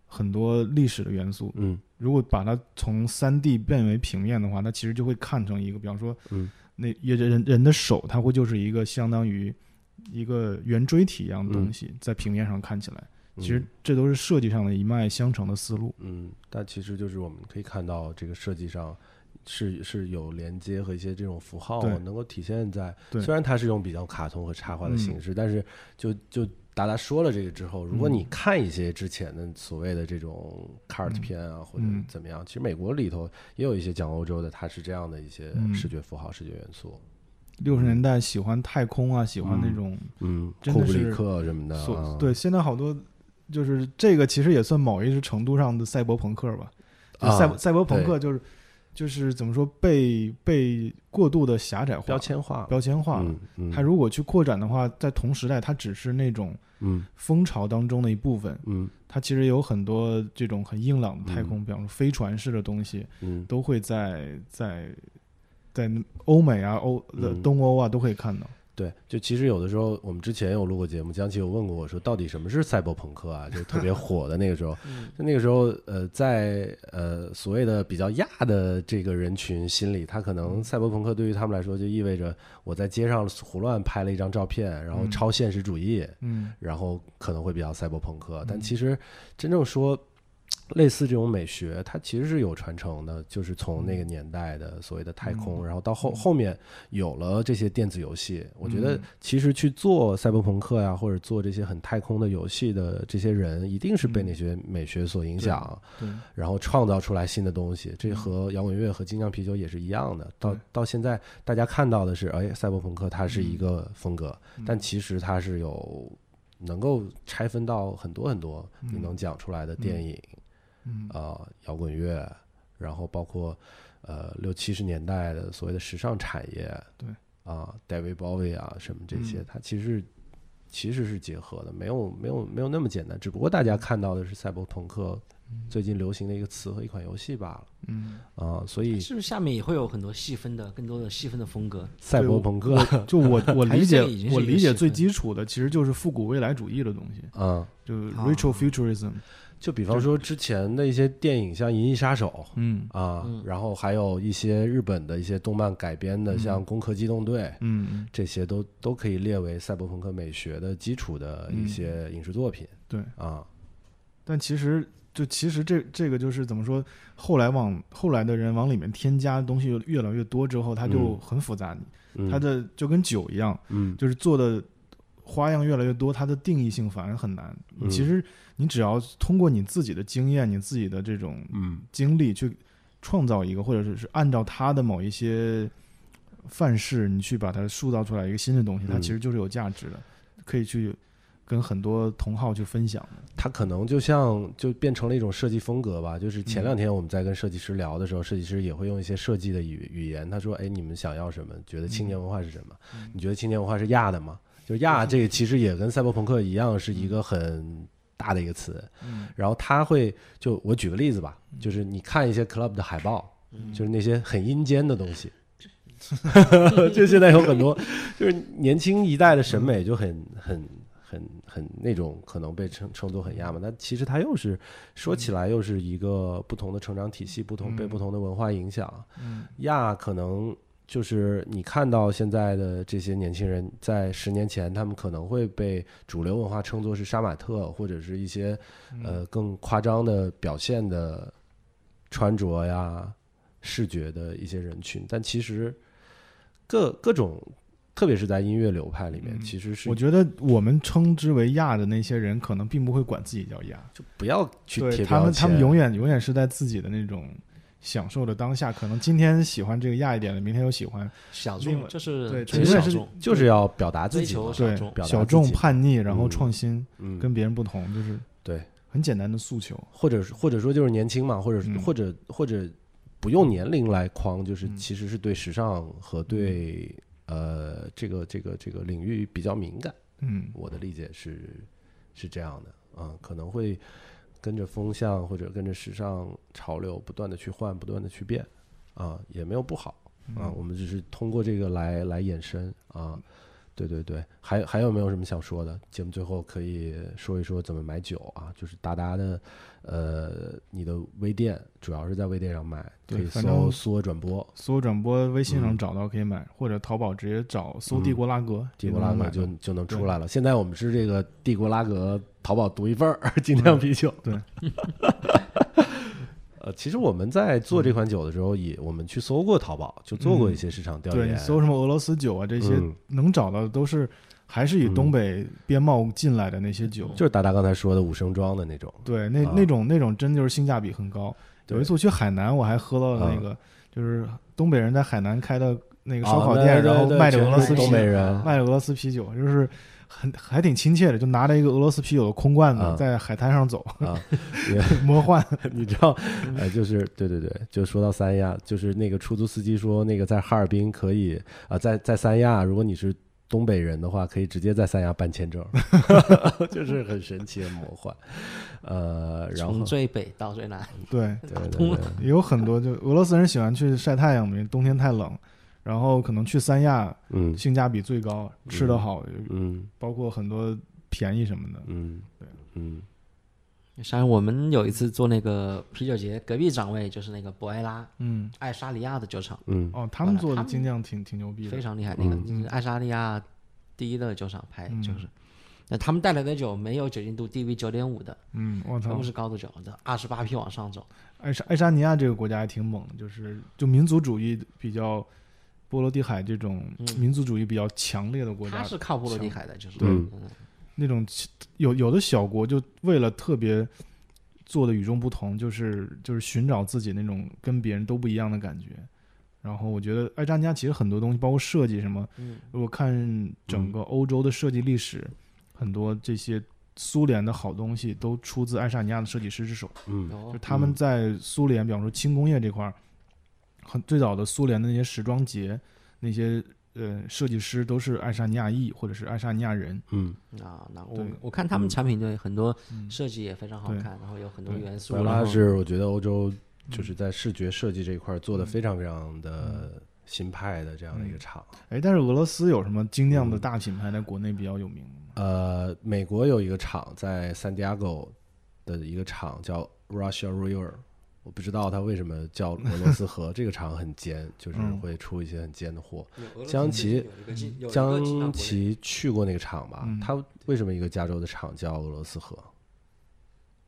Speaker 1: 很多历史的元素，
Speaker 2: 嗯
Speaker 1: 如果把它从三 D 变为平面的话，它其实就会看成一个，比方说，
Speaker 2: 嗯，
Speaker 1: 那也人人的手，它会就是一个相当于一个圆锥体一样的东西，在平面上看起来，
Speaker 2: 嗯
Speaker 1: 其实这都是设计上的一脉相承的思路。
Speaker 2: 嗯，但其实就是我们可以看到这个设计上。是是有连接和一些这种符号
Speaker 1: 对
Speaker 2: 能够体现在，
Speaker 1: 对
Speaker 2: 虽然它是用比较卡通和插画的
Speaker 1: 嗯
Speaker 2: 形式，但是就就达达说了这个之后，如果
Speaker 1: 嗯
Speaker 2: 你看一些之前的所谓的这种 cart 片啊、或者
Speaker 1: 嗯
Speaker 2: 怎么样，其实美国里头也有一些讲欧洲的，它是这样的一些
Speaker 1: 嗯
Speaker 2: 视觉符号、视觉元素，
Speaker 1: 六十年代喜欢太空啊，喜欢那种
Speaker 2: 嗯，
Speaker 1: 真
Speaker 2: 库
Speaker 1: 的
Speaker 2: 布里
Speaker 1: 是
Speaker 2: 克什么的，
Speaker 1: 所、
Speaker 2: 啊
Speaker 1: 对，现在好多就是这个，其实也算某一程度上的赛博朋克吧。就
Speaker 2: 啊
Speaker 1: 赛、赛博朋克就是就是怎么说被被过度的狭窄化、
Speaker 2: 标签化，
Speaker 1: 标签化了。
Speaker 2: 嗯嗯，
Speaker 1: 它如果去扩展的话，在同时代，它只是那种
Speaker 2: 嗯
Speaker 1: 风潮当中的一部分。
Speaker 2: 嗯
Speaker 1: 它其实有很多这种很硬朗的太空，比方说飞船式的东西，
Speaker 2: 嗯，
Speaker 1: 都会在在在欧美啊、欧的
Speaker 2: 嗯
Speaker 1: 东欧啊都可以看到。
Speaker 2: 对，就其实有的时候，我们之前有录过节目，江奇有问过我说，到底什么是赛博朋克啊？就特别火的那个时候，就那个时候，呃，在呃所谓的比较亚的这个人群心里，他可能赛博朋克对于他们来说，就意味着我在街上胡乱拍了一张照片，然后
Speaker 1: 嗯
Speaker 2: 超现实主义，
Speaker 1: 嗯，
Speaker 2: 然后可能会比较赛博朋克。但其实真正说，类似这种美学，它其实是有传承的，就是从那个年代的所谓的太
Speaker 1: 嗯
Speaker 2: 空，然后到后后面有了这些电子游戏。我觉得
Speaker 1: 嗯
Speaker 2: 其实去做赛博朋克呀，或者做这些很太空的游戏的这些人，一定是被
Speaker 1: 嗯
Speaker 2: 那些美学所影响，
Speaker 1: 对，
Speaker 2: 然后创造出来新的东西。这
Speaker 1: 嗯
Speaker 2: 和摇滚乐和精酿啤酒也是一样的。到
Speaker 1: 对
Speaker 2: 到现在，大家看到的是，哎，赛博朋克它是一
Speaker 1: 嗯
Speaker 2: 个风格，
Speaker 1: 嗯
Speaker 2: 但其实它是有能够拆分到很多很多你
Speaker 1: 嗯
Speaker 2: 能讲出来的电影
Speaker 1: 嗯
Speaker 2: 啊、呃摇滚乐，然后包括呃六七十年代的所谓的时尚产业，
Speaker 1: 对
Speaker 2: 啊、David Bowie 啊什么这些，
Speaker 1: 嗯
Speaker 2: 它其实其实是结合的，没有没有没有那么简单，只不过大家看到的是赛博朋克最近流行的一个词和一款游戏罢了
Speaker 1: 嗯，
Speaker 2: 啊、所以
Speaker 3: 是不是下面也会有很多细分的、更多的细分的风格？
Speaker 2: 赛博朋克啊。
Speaker 1: 就
Speaker 3: *laughs*
Speaker 1: 我我理解
Speaker 3: 还是这已经是
Speaker 1: 我
Speaker 3: 一个
Speaker 1: 理
Speaker 3: 细
Speaker 1: 解
Speaker 3: 分
Speaker 1: 最基础的其实就是复古未来主义的东西，
Speaker 2: 嗯
Speaker 1: 就是
Speaker 3: 啊
Speaker 1: retro futurism。
Speaker 2: 就比方说之前的一些电影，像《银翼杀手》，
Speaker 1: 嗯
Speaker 2: 啊，
Speaker 3: 嗯
Speaker 2: 然后还有一些日本的一些动漫改编的，
Speaker 1: 嗯
Speaker 2: 像《攻壳机动队》，
Speaker 1: 嗯嗯，
Speaker 2: 这些都都可以列为赛博朋克美学的基础的一些影视作品
Speaker 1: 嗯对。
Speaker 2: 啊。
Speaker 1: 但其实就其实这这个就是怎么说，后来往后来的人往里面添加的东西越来越多之后，它就
Speaker 2: 嗯
Speaker 1: 很复杂。
Speaker 2: 嗯
Speaker 1: 它的就跟酒一样，
Speaker 2: 嗯
Speaker 1: 就是做的花样越来越多，它的定义性反而很难。
Speaker 2: 嗯
Speaker 1: 其实你只要通过你自己的经验、你自己的这种
Speaker 2: 嗯
Speaker 1: 经历去创造一个，或者是是按照它的某一些范式，你去把它塑造出来一个新的东西，它
Speaker 2: 嗯
Speaker 1: 其实就是有价值的，可以去跟很多同好去分享的。
Speaker 2: 它可能就像就变成了一种设计风格吧。就是
Speaker 1: 嗯
Speaker 2: 前两天我们在跟设计师聊的时候，设计师也会用一些设计的语语言，他说：“哎，你们想要什么？觉得青年文化是什么？
Speaker 1: 嗯
Speaker 2: 你觉得青年文化是亚
Speaker 1: *laughs*
Speaker 2: 的吗？”就是亚这个其实也跟赛博朋克一样，是一个很大的一个词。
Speaker 1: 嗯
Speaker 2: 然后他会就我举个例子吧，就是你看一些 club 的海报，就是那些很阴间的东西， *laughs* 就现在有很多，就是年轻一代的审美就很很很很那种可能被称称作很亚嘛，但其实它又是说起来又是一个不同的成长体系，不同被
Speaker 1: 嗯
Speaker 2: 不同的文化影响，
Speaker 1: 嗯
Speaker 2: 亚可能就是你看到现在的这些年轻人，在十年前，他们可能会被主流文化称作是杀马特，或者是一些
Speaker 1: 嗯
Speaker 2: 呃更夸张的表现的穿着呀、视觉的一些人群，但其实各各种，特别是在音乐流派里面，
Speaker 1: 嗯
Speaker 2: 其实是
Speaker 1: 我觉得我们称之为亚的那些人，可能并不会管自己叫亚，
Speaker 2: 就不要去
Speaker 1: 对
Speaker 2: 贴
Speaker 1: 他们，
Speaker 2: 标
Speaker 1: 他们
Speaker 2: 签
Speaker 1: 永远永远是在自己的那种享受的当下。可能今天喜欢这个亚一点的，明天又喜欢
Speaker 3: 小
Speaker 1: 另
Speaker 3: 众
Speaker 1: 外
Speaker 3: 就是
Speaker 1: 对
Speaker 3: 追
Speaker 2: 其
Speaker 3: 小
Speaker 2: 实
Speaker 1: 是
Speaker 3: 众，
Speaker 2: 就是要表达自
Speaker 3: 追
Speaker 2: 己嘛
Speaker 3: 求，小
Speaker 1: 对
Speaker 3: 众，
Speaker 2: 表达
Speaker 1: 小
Speaker 2: 自
Speaker 1: 众
Speaker 2: 己
Speaker 1: 叛逆，然后
Speaker 2: 嗯
Speaker 1: 创新，
Speaker 2: 嗯，
Speaker 1: 跟别人不同，就是
Speaker 2: 对。
Speaker 1: 很简单的诉求。
Speaker 2: 或者是或者说就是年轻嘛，或者是、
Speaker 1: 嗯
Speaker 2: 或者或者不用年龄来框，就是
Speaker 1: 嗯
Speaker 2: 其实是对时尚和对、呃这个这个这个领域比较敏感。
Speaker 1: 嗯，
Speaker 2: 我的理解是是这样的，嗯，可能会跟着风向或者跟着时尚潮流不断的去换，不断的去变，啊，也没有不好啊，
Speaker 1: 嗯
Speaker 2: 我们只是通过这个来来衍生啊，对对对，还还有没有什么想说的？节目最后可以说一说怎么买酒啊，就是达达的，呃，你的微店主要是在微店上买，可
Speaker 1: 对
Speaker 2: 以
Speaker 1: 反
Speaker 2: 搜
Speaker 1: 正
Speaker 2: 缩转播。
Speaker 1: 所有转播微信上
Speaker 2: 嗯
Speaker 1: 找到可以买，或者淘宝直接找搜帝国拉格，
Speaker 2: 帝
Speaker 1: 也
Speaker 2: 国
Speaker 1: 能
Speaker 2: 拉
Speaker 1: 买
Speaker 2: 格
Speaker 1: 到
Speaker 2: 就就能出
Speaker 1: 对
Speaker 2: 来了。现在我们是这个帝国拉格淘宝独一份儿， *laughs* 精酿啤酒。
Speaker 1: 对，
Speaker 2: 呃，其实我们在做这款酒的时候，也我们去搜过淘宝，就做过一些市场调
Speaker 1: 嗯对
Speaker 2: 研。
Speaker 1: 你搜什么俄罗斯酒啊，这些
Speaker 2: 嗯
Speaker 1: 能找到的都是还是以
Speaker 2: 嗯
Speaker 1: 东北边贸进来的那些酒。
Speaker 2: 就是达达刚才说的五升装的那种，
Speaker 1: 对，那
Speaker 2: 啊
Speaker 1: 那种那种真就是性价比很高。有一
Speaker 2: 对
Speaker 1: 次我去海南，我还喝到了那个，就是东北人在海南开的那个烧
Speaker 2: 啊
Speaker 1: 烤
Speaker 2: 对
Speaker 1: 店，
Speaker 2: 对
Speaker 1: 然后
Speaker 2: 对
Speaker 1: 卖着
Speaker 2: 全
Speaker 1: 俄罗
Speaker 2: 是
Speaker 1: 斯啊啤
Speaker 2: 东
Speaker 1: 酒
Speaker 2: 北，人，
Speaker 1: 卖着俄罗斯啤酒，就是很还挺亲切的，就拿着一个俄罗斯啤酒的空罐
Speaker 2: 啊
Speaker 1: 子在海滩上走， *laughs*
Speaker 2: 啊，
Speaker 1: 魔幻。
Speaker 2: 你知道，呃，就是对对对，就说到三亚，就是那个出租司机说，那个在哈尔滨可以啊、呃在在三亚，如果你是东北人的话，可以直接在三亚办签证， *laughs* 就是很神奇、很魔幻。呃，然后
Speaker 3: 从最北到最南，
Speaker 1: 对，
Speaker 2: 对对
Speaker 3: 通
Speaker 2: 对
Speaker 3: 了，
Speaker 1: 也有很多就俄罗斯人喜欢去晒太阳嘛，因为冬天太冷，然后可能去三亚
Speaker 2: 嗯
Speaker 1: 性价比最高，吃得好，
Speaker 2: 嗯
Speaker 1: 包括很多便宜什么的。
Speaker 2: 嗯
Speaker 1: 对
Speaker 2: 嗯
Speaker 3: 像我们有一次做那个啤酒节，隔壁展位就是那个博埃拉
Speaker 1: 嗯，
Speaker 3: 爱沙尼亚的酒厂，
Speaker 2: 嗯
Speaker 1: 哦，他们做的精酿挺挺牛逼
Speaker 3: 非
Speaker 1: 的，
Speaker 3: 常厉害，那个
Speaker 2: 嗯
Speaker 3: 就是爱沙尼亚第一的酒厂牌
Speaker 1: 嗯
Speaker 3: 就是。那他们带来的酒没有酒精度低于九点五的，
Speaker 1: 嗯，我
Speaker 3: 全
Speaker 1: 操
Speaker 3: 部，是高度酒，二十八 P 往上走。
Speaker 1: 爱沙爱沙尼亚这个国家还挺猛的，就是就民族主义比较，波罗的海这种
Speaker 3: 嗯
Speaker 1: 民族主义比较强烈的国家
Speaker 3: 它，是靠波罗的海的，就是
Speaker 2: 对
Speaker 3: 嗯
Speaker 1: 那种其有有的小国就为了特别做的与众不同，就是就是寻找自己那种跟别人都不一样的感觉。然后我觉得哎爱沙尼亚其实很多东西，包括设计什么，
Speaker 3: 嗯
Speaker 1: 我看整个欧洲的设计历史，很多这些苏联的好东西都出自爱沙尼亚的设计师之手。
Speaker 2: 嗯
Speaker 1: 就
Speaker 3: 有
Speaker 1: 是他们
Speaker 2: 嗯
Speaker 1: 在苏联，比方说轻工业这块儿，很最早的苏联的那些时装节，那些呃设计师都是爱沙尼亚裔或者是爱沙尼亚人。
Speaker 2: 嗯，
Speaker 3: 啊，那我
Speaker 1: 对
Speaker 3: 我看他们产品对很多
Speaker 1: 嗯
Speaker 3: 设计也非常好
Speaker 1: 对
Speaker 3: 看，然后有很多
Speaker 1: 对
Speaker 3: 元素
Speaker 2: 索，
Speaker 3: 然
Speaker 2: 拉
Speaker 3: 后
Speaker 2: 是我觉得欧洲就是在视觉设计这一块做的非常非常的新派的这样的一个厂。
Speaker 1: 哎，但是俄罗斯有什么精
Speaker 2: 嗯
Speaker 1: 酿的大品牌在国内比较有名的吗？
Speaker 2: 呃，美国有一个厂在 San Diego 的一个厂叫 Russia River，我不知道它为什么叫俄罗
Speaker 1: *laughs*
Speaker 2: 斯河。这个厂很尖，就是
Speaker 1: 嗯
Speaker 2: 会出一些很尖的货。
Speaker 3: 有俄罗斯
Speaker 2: 江
Speaker 3: 最近
Speaker 2: 奇
Speaker 3: 有一个进有一个进到
Speaker 2: 江
Speaker 3: 国内
Speaker 2: 奇去过那个厂吧？
Speaker 1: 嗯
Speaker 2: 他为什么一个加州的厂叫俄罗斯河？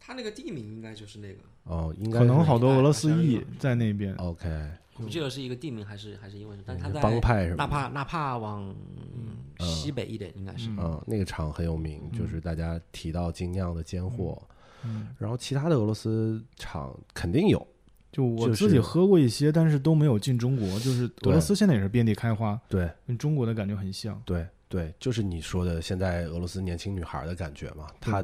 Speaker 3: 他那个地名应该就是那个，
Speaker 2: 哦，应该
Speaker 1: 可能
Speaker 2: 是哦
Speaker 1: 好多俄罗斯裔在那边。
Speaker 2: OK
Speaker 3: 我不记得是一个地名还是还是英文，但是他
Speaker 2: 嗯帮
Speaker 3: 在
Speaker 2: 派是吧？
Speaker 3: 纳帕纳帕往西北一点应该是。
Speaker 2: 嗯，那个厂很有名，就是大家提到精酿的尖货，
Speaker 1: 嗯，
Speaker 2: 然后其他的俄罗斯厂肯定有，
Speaker 1: 就我
Speaker 2: 就是
Speaker 1: 自己喝过一些，但是都没有进中国。就是俄罗斯现在也是遍地开花，
Speaker 2: 对
Speaker 1: 跟中国的感觉很像。
Speaker 2: 对对，就是你说的现在俄罗斯年轻女孩的感觉嘛，
Speaker 1: 对
Speaker 2: 她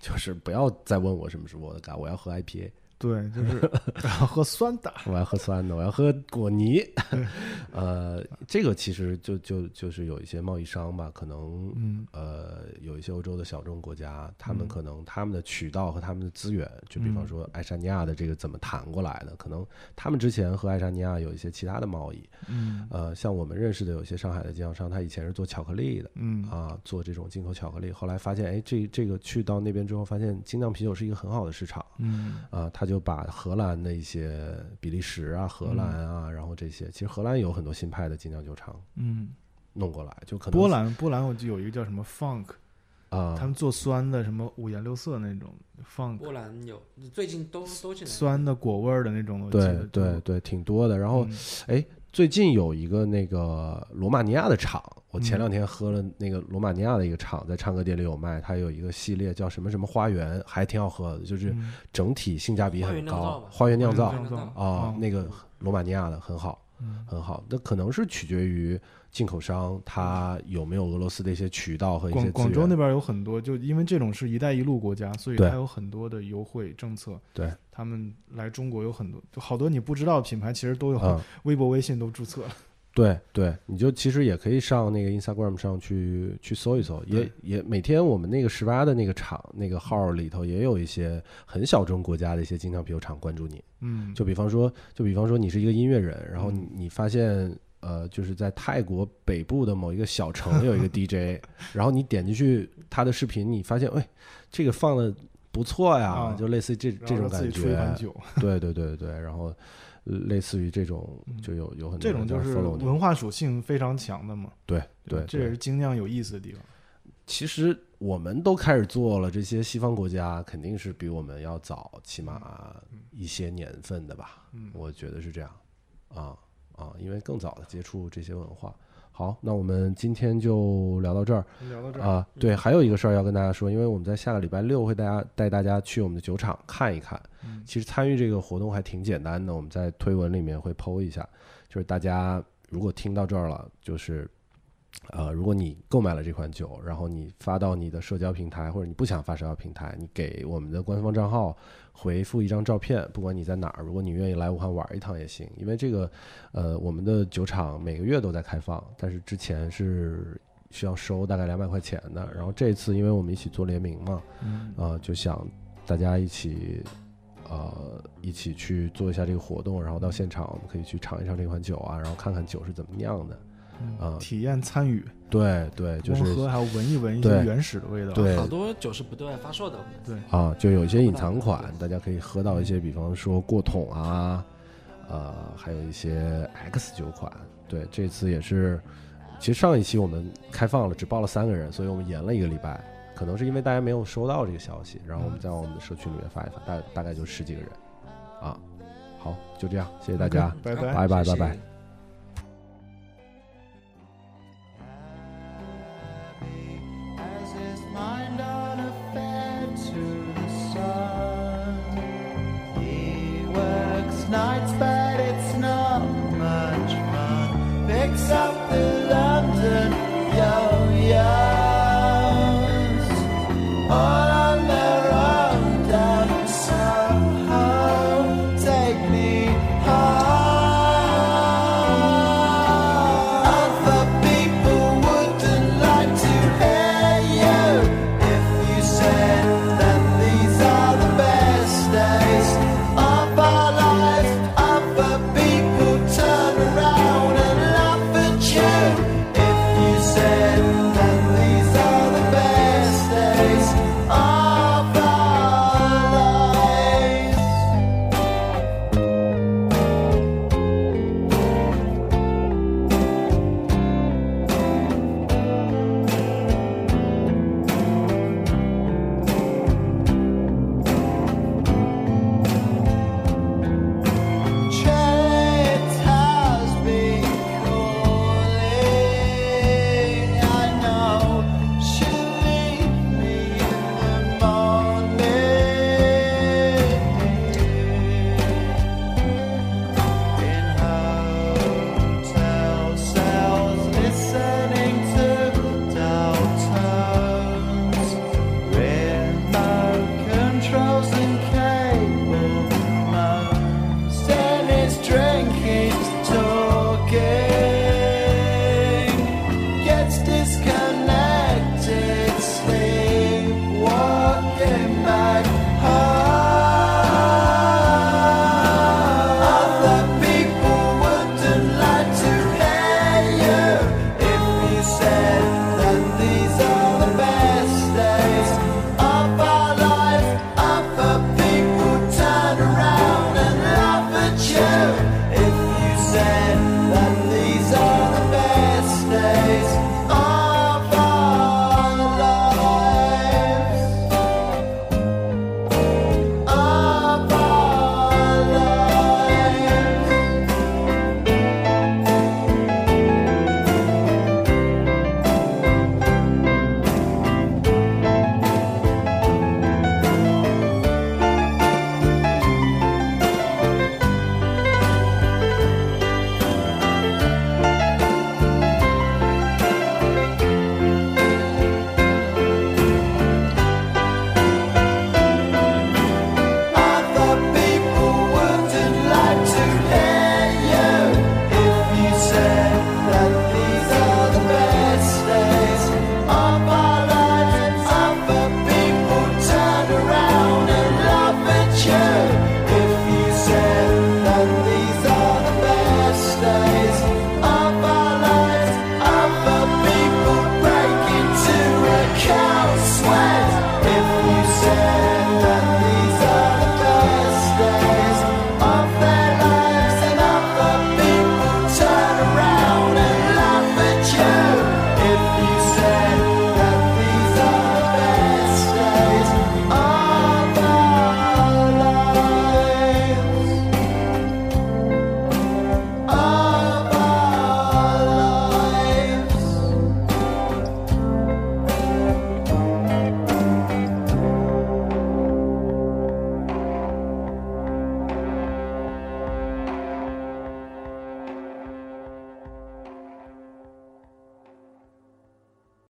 Speaker 2: 就是不要再问我什么是我的嘎，我要喝 IPA，
Speaker 1: 对，就是 *laughs* 喝酸的。
Speaker 2: 我要喝酸的，我要喝果泥， *laughs* 呃，这个其实就就就是有一些贸易商吧，可能
Speaker 1: 嗯
Speaker 2: 呃，有一些欧洲的小众国家，他们
Speaker 1: 嗯
Speaker 2: 可能他们的渠道和他们的资源，就比方
Speaker 1: 嗯
Speaker 2: 说爱沙尼亚的这个怎么谈过来的，可能他们之前和爱沙尼亚有一些其他的贸易。
Speaker 1: 嗯
Speaker 2: 呃，像我们认识的有一些上海的经销商，他以前是做巧克力的
Speaker 1: 嗯
Speaker 2: 啊，做这种进口巧克力，后来发现，哎，这这个去到那边之后，发现精酿啤酒是一个很好的市场
Speaker 1: 嗯
Speaker 2: 啊，他就就把荷兰的一些比利时啊、荷
Speaker 1: 嗯
Speaker 2: 兰啊，然后这些，其实荷兰有很多新派的精酿酒厂
Speaker 1: 嗯，
Speaker 2: 弄过来，就可能
Speaker 1: 波兰波兰我就有一个叫什么 funk，
Speaker 2: 啊，
Speaker 1: 他们做酸的什么五颜六色那种 funk，
Speaker 3: 波兰有，最近都都进来了。
Speaker 1: 酸的果味儿的那种，我记
Speaker 2: 对
Speaker 1: 得嗯
Speaker 2: 对对，挺多的。然后最近有一个那个罗马尼亚的厂，我
Speaker 1: 嗯
Speaker 2: 前两天喝了那个罗马尼亚的一个厂，在唱歌店里有卖，它有一个系列叫什么什么花园，还挺好喝的，就是
Speaker 1: 嗯
Speaker 2: 整体性价比
Speaker 3: 花
Speaker 2: 很
Speaker 3: 园酿造
Speaker 2: 高
Speaker 3: 吧。
Speaker 2: 花园酿造
Speaker 1: 花园酿造
Speaker 2: 啊
Speaker 1: 哦，
Speaker 2: 那个罗马尼亚的很好，
Speaker 1: 嗯
Speaker 2: 很好。那可能是取决于进口商它有没有俄罗斯的一些渠道和一些
Speaker 1: 广
Speaker 2: 资
Speaker 1: 广州那
Speaker 2: 源。
Speaker 1: 边有很多，就因为这种是一带一路国家，所以
Speaker 2: 对
Speaker 1: 它有很多的优惠政策。
Speaker 2: 对，
Speaker 1: 他们来中国有很多，就好多你不知道的品牌，其实都有、
Speaker 2: 嗯，
Speaker 1: 微博、微信都注册了。
Speaker 2: 对对，你就其实也可以上那个 Instagram 上去去搜一搜，也
Speaker 1: 对
Speaker 2: 也每天我们那个十八的那个厂那个号里头也有一些很小众国家的一些精酿啤酒厂关注你。
Speaker 1: 嗯，
Speaker 2: 就比方说，就比方说你是一个音乐人，然后你
Speaker 1: 嗯
Speaker 2: 你发现呃，就是在泰国北部的某一个
Speaker 1: *laughs*
Speaker 2: 小城有一个 DJ，然后你点进去他的视频，你发现哎，这个放的不错呀
Speaker 1: 啊，
Speaker 2: 就类似于这
Speaker 1: 然后
Speaker 2: 这种
Speaker 1: 自己
Speaker 2: 感
Speaker 1: 出一款
Speaker 2: 觉。
Speaker 1: 酒，
Speaker 2: 对对对对对，然后呃类似于这种就有有很多
Speaker 1: 嗯这种
Speaker 2: 人
Speaker 1: 就
Speaker 2: 在
Speaker 1: 是
Speaker 2: follow 你
Speaker 1: 文化属性非常强的嘛。
Speaker 2: 对
Speaker 1: 吧
Speaker 2: 对
Speaker 1: 这也是精酿有意思的地方。
Speaker 2: 其实我们都开始做了，这些西方国家肯定是比我们要早，起码一些年份的吧。
Speaker 1: 嗯
Speaker 2: 我觉得是这样，啊啊，因为更早的接触这些文化。好，那我们今天就聊到这儿
Speaker 1: 聊到这儿，嗯
Speaker 2: 啊。对，还有一个事儿要跟大家说，因为我们在下个礼拜六会大家带大家去我们的酒厂看一看。
Speaker 1: 嗯
Speaker 2: 其实参与这个活动还挺简单的，我们在推文里面会 PO 一下，就是大家如果听到这儿了，就是。呃，如果你购买了这款酒，然后你发到你的社交平台，或者你不想发社交平台，你给我们的官方账号回复一张照片，不管你在哪儿，如果你愿意来武汉玩一趟也行，因为这个，呃，我们的酒厂每个月都在开放，但是之前是需要收大概两百块钱的，然后这次因为我们一起做联名嘛，
Speaker 1: 嗯
Speaker 2: 啊，就想大家一起，呃，一起去做一下这个活动，然后到现场我们可以去尝一尝这款酒啊，然后看看酒是怎么酿的。啊
Speaker 1: 嗯体验参与，
Speaker 2: 对对，就
Speaker 1: 光
Speaker 2: 是
Speaker 1: 喝还要闻一闻一些
Speaker 2: 对
Speaker 1: 原始的味道。
Speaker 2: 对
Speaker 3: 好多酒是不对外发售的，
Speaker 1: 对，
Speaker 2: 啊，就有一些隐藏款，大家可以喝到一些，比方说过桶啊，呃，还有一些 X 酒款。对，这次也是，其实上一期我们开放了，只报了三个人，所以我们延了一个礼拜，可能是因为大家没有收到这个消息，然后我们在我们的社区里面发一发，大大概就十几个人，啊，好，就这样，谢谢大家。
Speaker 1: OK，拜拜嗯
Speaker 2: 拜拜
Speaker 3: 谢谢
Speaker 2: 拜拜
Speaker 5: As his mind on a fair to the sun, he works night